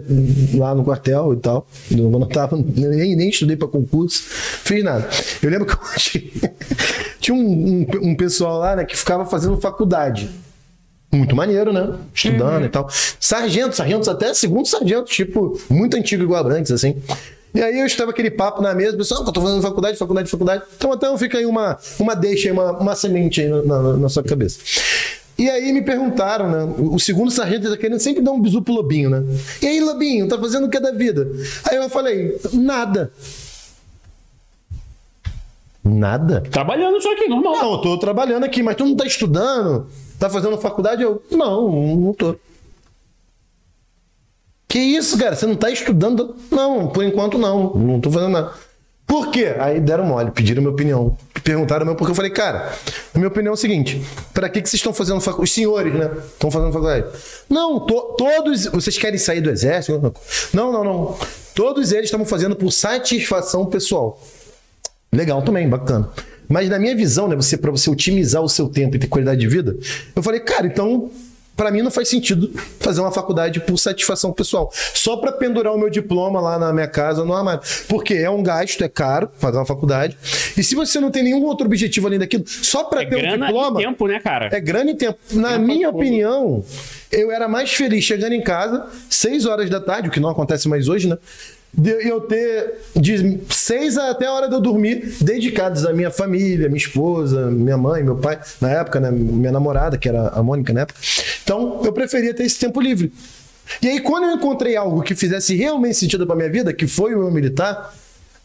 Lá no quartel e tal. Eu não tava, nem, nem estudei pra concurso, fiz nada. Eu lembro que eu tinha, tinha um, um, um pessoal lá, né, que ficava fazendo faculdade. Muito maneiro, né? Estudando e tal. Sargentos, sargentos, até segundo sargento, tipo, muito antigo igual a Brantes, assim. E aí eu estava aquele papo na mesa, pessoal, que eu tô fazendo faculdade, faculdade, faculdade. Então até fica aí uma, uma deixa, aí, uma, uma semente aí na, na- na sua cabeça. E aí me perguntaram, né? O o segundo sargento tá querendo sempre dar um bisu pro Lobinho, né? E aí, Lobinho, tá fazendo o que da vida? Aí eu falei, nada. Nada? Trabalhando só aqui, normal. Não, eu tô trabalhando aqui, mas tu não tá estudando? Tá fazendo faculdade? Eu, não, não tô. Que isso, cara? Você não tá estudando? Não, por enquanto não. Não tô fazendo nada. Por quê? Aí deram mole, pediram minha opinião. Perguntaram meu porque eu falei, cara, a minha opinião é o seguinte: pra que, que vocês estão fazendo faculdade? Os senhores, né? Estão fazendo faculdade. Não, to- todos. Vocês querem sair do exército? Não, não, não. Todos eles estavam fazendo por satisfação pessoal. Legal também, bacana. Mas na minha visão, né, você para você otimizar o seu tempo e ter qualidade de vida, eu falei, cara, então Pra mim não faz sentido fazer uma faculdade por satisfação pessoal. Só pra pendurar o meu diploma lá na minha casa, no armário. Porque é um gasto, é caro fazer uma faculdade. E se você não tem nenhum outro objetivo além daquilo, só pra É ter um grana diploma. e tempo, né, cara? É grana e tempo. Na Tempo é minha tudo. opinião, eu era mais feliz chegando em casa, 6 horas da tarde, o que não acontece mais hoje, né? De eu ter de 6 até a hora de eu dormir, dedicados à minha família, minha esposa, minha mãe, meu pai, na época, né? Minha namorada, que era a Mônica na época. Então, eu preferia ter esse tempo livre. E aí, quando eu encontrei algo que fizesse realmente sentido pra minha vida, que foi o meu militar,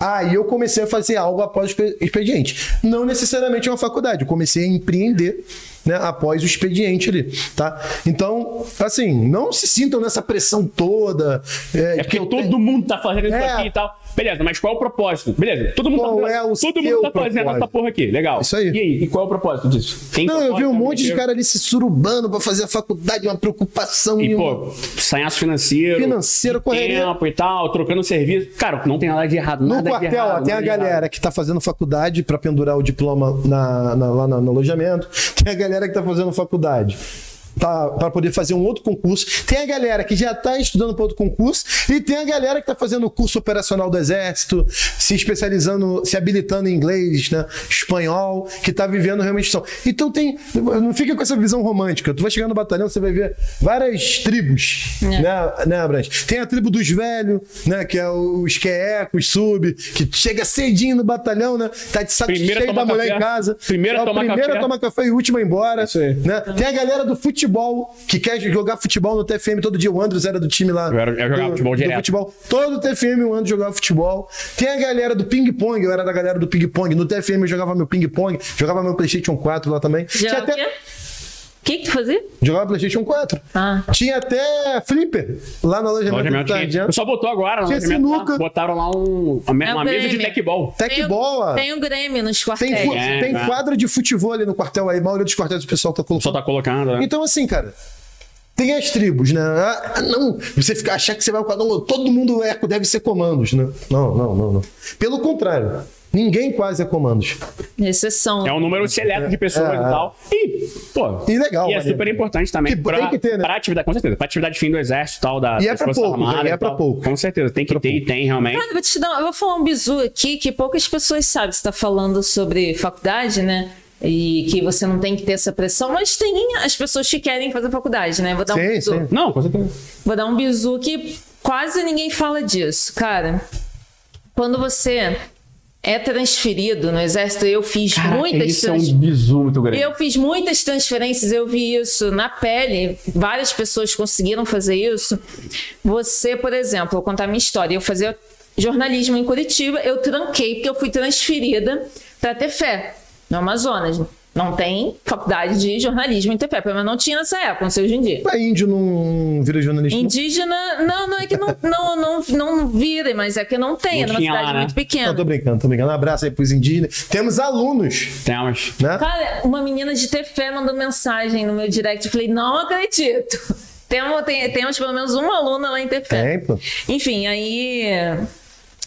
Aí eu comecei a fazer algo após o expe- expediente. Não necessariamente uma faculdade, eu comecei a empreender né, após o expediente ali, tá? Então, assim, não se sintam nessa pressão toda. É, É que porque eu todo tenho- mundo tá fazendo isso É. aqui e tal. Beleza, mas qual é o propósito? Beleza, todo mundo Qual tá, é o todo seu mundo tá fazendo propósito? essa porra aqui. Legal. Isso aí. E aí, e qual é o propósito disso? Tem Não, eu vi propósito, um tem monte de objetivo? cara ali se surubando pra fazer a faculdade, uma preocupação E, uma- pô, sanhaço financeiro. Financeiro, de correria. Tempo e tal, trocando serviço. Cara, não tem nada de errado. No nada de quartel, errado, ó, tem a nada de errado. galera que tá fazendo faculdade pra pendurar o diploma na- na- lá no, no alojamento. Tem a galera que tá fazendo faculdade tá, para poder fazer um outro concurso. Tem a galera que já tá estudando para outro concurso. E tem a galera que tá fazendo o curso operacional do Exército, se especializando, se habilitando em inglês, né? espanhol, que tá vivendo realmente só. Então tem. Não fica com essa visão romântica. Tu vai chegar no batalhão, você vai ver várias tribos, né, né Branch? Tem a tribo dos velhos, né? Que é os queecos, sub, que chega cedinho no batalhão, né? Tá de saco Primeiro a cheio tomar da mulher café. em casa. Primeiro a é o tomar primeiro café. a tomar café e o último a ir embora. Isso aí. né? Tem a galera do futebol que quer jogar futebol no TFM todo dia. O Andros era do time lá. Eu era- eu jogava do, futebol do direto. futebol. Todo TFM o Andros jogava futebol. Tem a galera do ping-pong. Eu era da galera do ping-pong. No TFM eu jogava meu ping-pong. Jogava meu PlayStation 4 lá também. Tinha Já o até... quê? O que, que tu fazia? Jogava PlayStation 4. Ah. Tinha até flipper lá na loja Alojamento tinha- Só botou agora. no Tá, Tinha alojamento lá, sinuca. Botaram lá um- uma, me- É o uma mesa de game. tecbol. Tem o- Tecbola. Tem o Grêmio nos Tem, quartéis. fu- É, tem né? quadra de futebol ali no quartel aí. A maioria dos quartéis o pessoal tá colocando. Só tá colocando, né? Então, assim, cara, tem as tribos, né? Ah, não, você fica, achar que você vai. Não, todo mundo é, deve ser comandos, né? Não, não, não, não. Pelo contrário, ninguém quase é comandos. Exceção. É um número seleto de pessoas É, e é. tal. E, pô. E legal, E é maneiro. super importante também. Que pra, tem que ter, né? pra atividade, com certeza. Pra atividade fim do exército e tal, da E é das pra Forças pouco, Armadas né? E é e pra tal. pouco. Com certeza, tem que ter e tem realmente. Cara, eu vou te dar, eu vou falar um bizu aqui que poucas pessoas sabem. Você tá falando sobre faculdade, né? E que você não tem que ter essa pressão, mas tem as pessoas que querem fazer faculdade, né? Vou dar um Sim, bizu. sim. Não, com certeza. Vou dar um bizu que quase ninguém fala disso, cara. Quando você é transferido no exército, eu fiz muitas isso é trans- um bizu muito grande. Eu fiz muitas transferências, eu vi isso na pele. Várias pessoas conseguiram fazer isso. Você, por exemplo, vou contar minha história. Eu fazia jornalismo em Curitiba, eu tranquei porque eu fui transferida para Tefé, no Amazonas. Não tem faculdade de jornalismo em Tefé, pelo menos não tinha nessa época, não sei hoje em dia. Pra índio não vira jornalista. não? Indígena, não, não é que não, não, não, não vira, mas é que não tem, é Não numa tinha lá, cidade né? muito Não, tô pequena. brincando, tô brincando. Um abraço aí pros indígenas. Temos alunos, Temos. né? Cara, uma menina de Tefé mandou mensagem no meu direct. Eu falei, não acredito. Tem uma- tem- temos pelo menos uma aluna lá em Tefé. Tem, pô. Enfim, aí.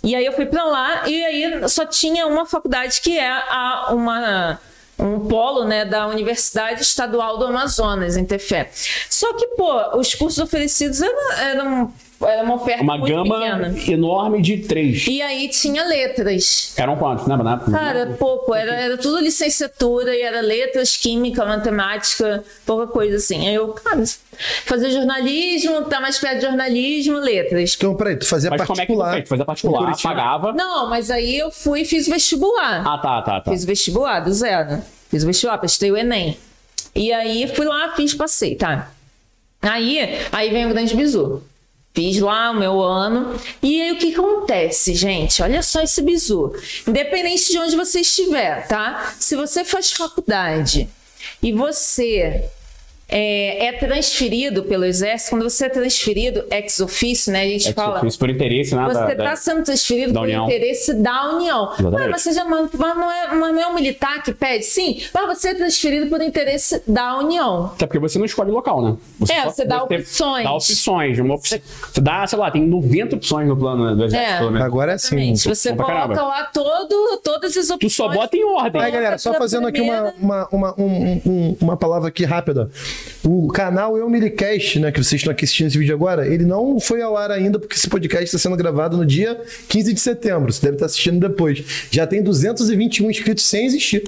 E aí eu fui pra lá e aí só tinha uma faculdade que é a, uma, um polo né, da Universidade Estadual do Amazonas, em Tefé. Só que, pô, os cursos oferecidos eram, eram- era uma oferta Uma É muito gama pequena. enorme de três. E aí tinha letras. Eram quantos? né, Lembra? Na, Cara, pouco. Era, era tudo licenciatura e era letras, química, matemática, pouca coisa assim. Aí eu, cara, fazer jornalismo, tá mais perto de jornalismo, letras. Então, peraí, tu fazia mas como é que tu particular. fez? Tu Fazia particular, Curitiba. pagava. Não, mas aí eu fui e fiz vestibular. Ah, tá, tá, tá. Fiz vestibular do zero. né? Fiz vestibular, prestei o Enem. E aí fui lá, fiz, passei, tá? Aí, aí vem o grande bizu. Fiz lá o meu ano. E aí o que acontece, gente? Olha só esse bizu. Independente de onde você estiver, tá? Se você faz faculdade e você é, é transferido pelo exército, quando você é transferido ex officio, né? A gente É que fala. eu fiz por interesse, né? da- Você tá da- está sendo transferido da por União. interesse da União. Exatamente. Ué, mas, você já, mas, mas não é, mas não é um militar que pede? Sim, mas você é transferido por interesse da União. Até porque você não escolhe o local, né? É, você dá opções. Dá opções. Uma opção- Você dá, sei lá, tem 90 opções no plano né, do exército. É. pelo menos. Agora é assim. Exatamente. Você bom pra coloca caramba. lá todo, todas as Tu opções. só bota em ordem. Aí, galera, só Da fazendo aqui uma, primeira- uma, uma, um- um- um- uma palavra aqui rápida. O canal Eu Milicast, né, que vocês estão aqui assistindo esse vídeo agora, ele não foi ao ar ainda, porque esse podcast está sendo gravado no dia 15 de setembro. Você deve estar assistindo depois. Já tem 221 inscritos sem existir.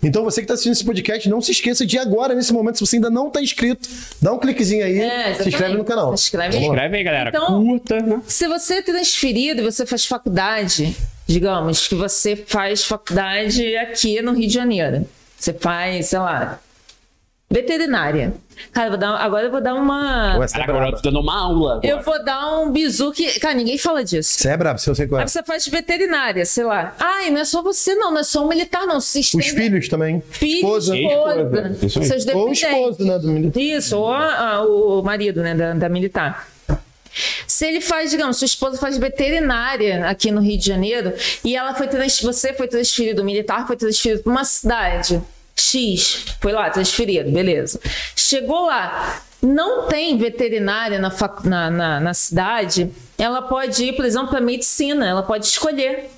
Então você que está assistindo esse podcast, não se esqueça de agora, nesse momento, se você ainda não está inscrito, dá um cliquezinho aí, É, se inscreve exatamente. no canal. Se inscreve. Vamos lá. Escreve aí, galera. Então- Curta, né? Se você é transferido e você faz faculdade, digamos que você faz faculdade aqui no Rio de Janeiro. Você faz, sei lá, veterinária. Cara, eu vou dar- agora eu vou dar uma. Ué, Você é Caraca, agora eu brabo. tô dando uma aula. agora. Eu vou dar um bizu que. Cara, ninguém fala disso. Você é brabo, você não sei qual é. Aí você faz veterinária, sei lá. Ai, não é só você, não, não é só um militar, não. Se Os estende- filhos também. Filho, Esposa. esposa, Isso aí. seus Ou dependentes. esposo, né? Do menino. Isso, ou a- a- o marido, né, da, da militar. Se ele faz, digamos, sua esposa faz veterinária aqui no Rio de Janeiro e ela foi trans, você foi transferido, o militar foi transferido para uma cidade X, foi lá transferido, beleza. Chegou lá, não tem veterinária na, facu- na, na, na cidade, ela pode ir, por exemplo, para medicina, ela pode escolher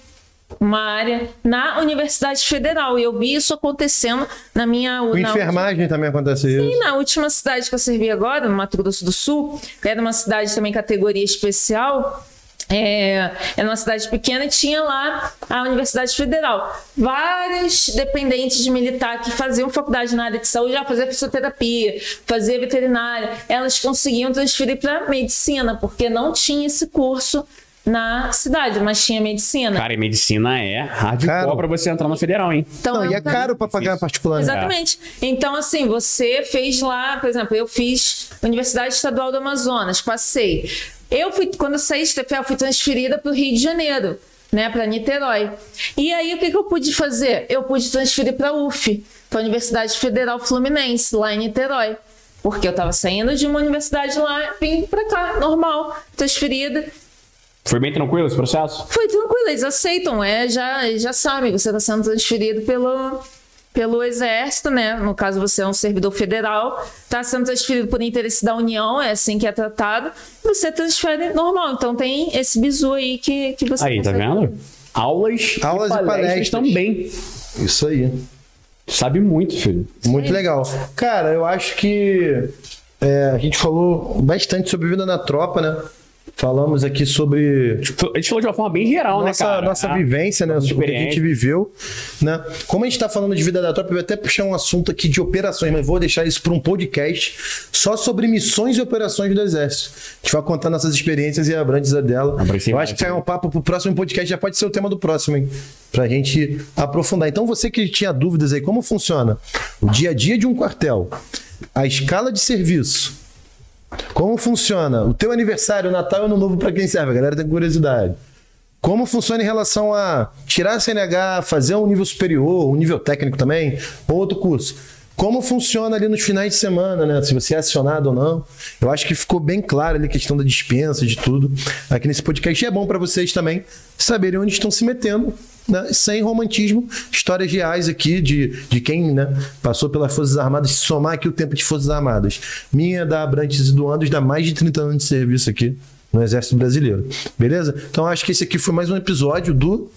uma área na Universidade Federal. E eu vi isso acontecendo na minha... Com na última- enfermagem também acontece isso. e na última cidade que eu servi agora, no Mato Grosso do Sul, era uma cidade também categoria especial. É, era uma cidade pequena e tinha lá a Universidade Federal. Vários dependentes de militar que faziam faculdade na área de saúde, já fazia fisioterapia, fazia veterinária, elas conseguiam transferir para medicina, porque não tinha esse curso na cidade, mas tinha medicina. Cara, e medicina é hardcore Cara. pra você entrar na federal, hein? Então, Não, eu e é também- caro pra pagar particular. né? Exatamente. Então, assim, você fez lá, por exemplo, eu fiz Universidade Estadual do Amazonas, passei. Eu fui, quando eu saí de TPA, eu fui transferida para o Rio de Janeiro, né, para Niterói. E aí, o que, que eu pude fazer? Eu pude transferir para a UF, para a Universidade Federal Fluminense, lá em Niterói. Porque eu estava saindo de uma universidade lá, vim para cá, normal, transferida. Foi bem tranquilo esse processo? Foi tranquilo, eles aceitam, é, já, eles já sabem, você está sendo transferido pelo, pelo Exército, né? No caso, você é um servidor federal, está sendo transferido por interesse da União, é assim que é tratado, você transfere normal. Então tem esse bizu aí que, que você. Aí, tá consegue. vendo? Aulas, Aulas e palestras. também. Isso aí. Sabe muito, filho. Muito legal. Cara, eu acho que é, a gente falou bastante sobre vida na tropa, né? Falamos aqui sobre A gente falou de uma forma bem geral, nossa, né, cara? nossa Ah, vivência, né? nossa O que a gente experiência. viveu, né? Como a gente tá falando de vida da tropa, eu vou até puxar um assunto aqui de operações, mas vou deixar isso para um podcast só sobre missões e operações do Exército. A gente vai contar nossas experiências e a Brandes é dela. Brandes é Eu acho que é um papo pro próximo podcast, já pode ser o tema do próximo, hein? Pra gente aprofundar. Então, você que tinha dúvidas aí, como funciona o dia a dia de um quartel, a escala de serviço, como funciona? O teu aniversário, Natal e Ano Novo, pra quem serve? A galera tem curiosidade. Como funciona em relação a tirar a CNH, fazer um nível superior, um nível técnico também, ou outro curso? Como funciona ali nos finais de semana, né? Se você é acionado ou não. Eu acho que ficou bem claro ali a questão da dispensa, de tudo, aqui nesse podcast. E é bom para vocês também saberem onde estão se metendo, né? sem romantismo. Histórias reais aqui de, de quem né? passou pelas Forças Armadas, se somar aqui o tempo de Forças Armadas. Minha, da Abrantes e do Andos, dá mais de 30 anos de serviço aqui no Exército Brasileiro. Beleza? Então acho que esse aqui foi mais um episódio do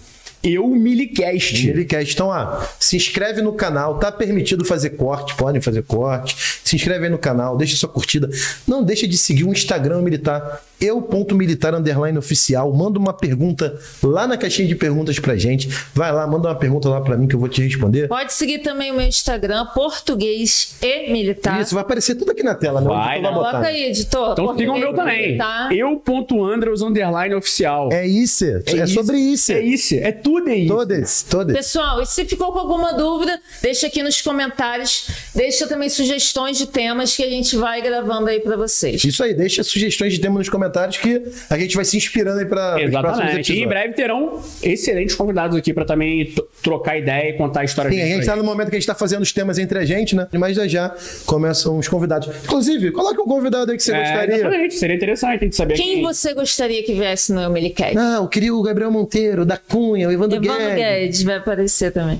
Eu Milicast. Milicast. Então, ah, se inscreve no canal, tá permitido fazer corte, podem fazer corte. Se inscreve aí no canal, deixa sua curtida. Não deixa de seguir o Instagram militar, eu.militar underline oficial. Manda uma pergunta lá na caixinha de perguntas pra gente. Vai lá, manda uma pergunta lá pra mim que eu vou te responder. Pode seguir também o meu Instagram, português e militar. Isso, vai aparecer tudo aqui na tela, né? Vai, Eu vou né? botar, Tá. Coloca né? aí, editor. Então sigam o meu Português e também. militar. Eu.andrews underline oficial. É isso, é, sobre isso. É isso. É tudo aí. Todas, todas. Pessoal, e se ficou com alguma dúvida, deixa aqui nos comentários. Deixa também sugestões de temas que a gente vai gravando aí pra vocês. Isso aí, deixa sugestões de tema nos comentários que a gente vai se inspirando aí para os próximos Exatamente. E em episódios. breve terão excelentes convidados aqui pra também t- trocar ideia e contar histórias Sim, a gente diferentes. está no momento que a gente está fazendo os temas entre a gente, né? Mas já já começam os convidados. Inclusive, coloca um convidado aí que você É, gostaria. exatamente. Seria interessante a gente saber Quem você gostaria que viesse no Eumelicast? Ah, eu queria o Gabriel Monteiro, da Cunha, o Evandro, Evandro Guedes. Guedes vai aparecer também.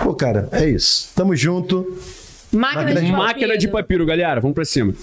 Pô, cara, é isso. Tamo junto. Máquina, de Máquina de papiro. papiro, galera. Vamos pra cima.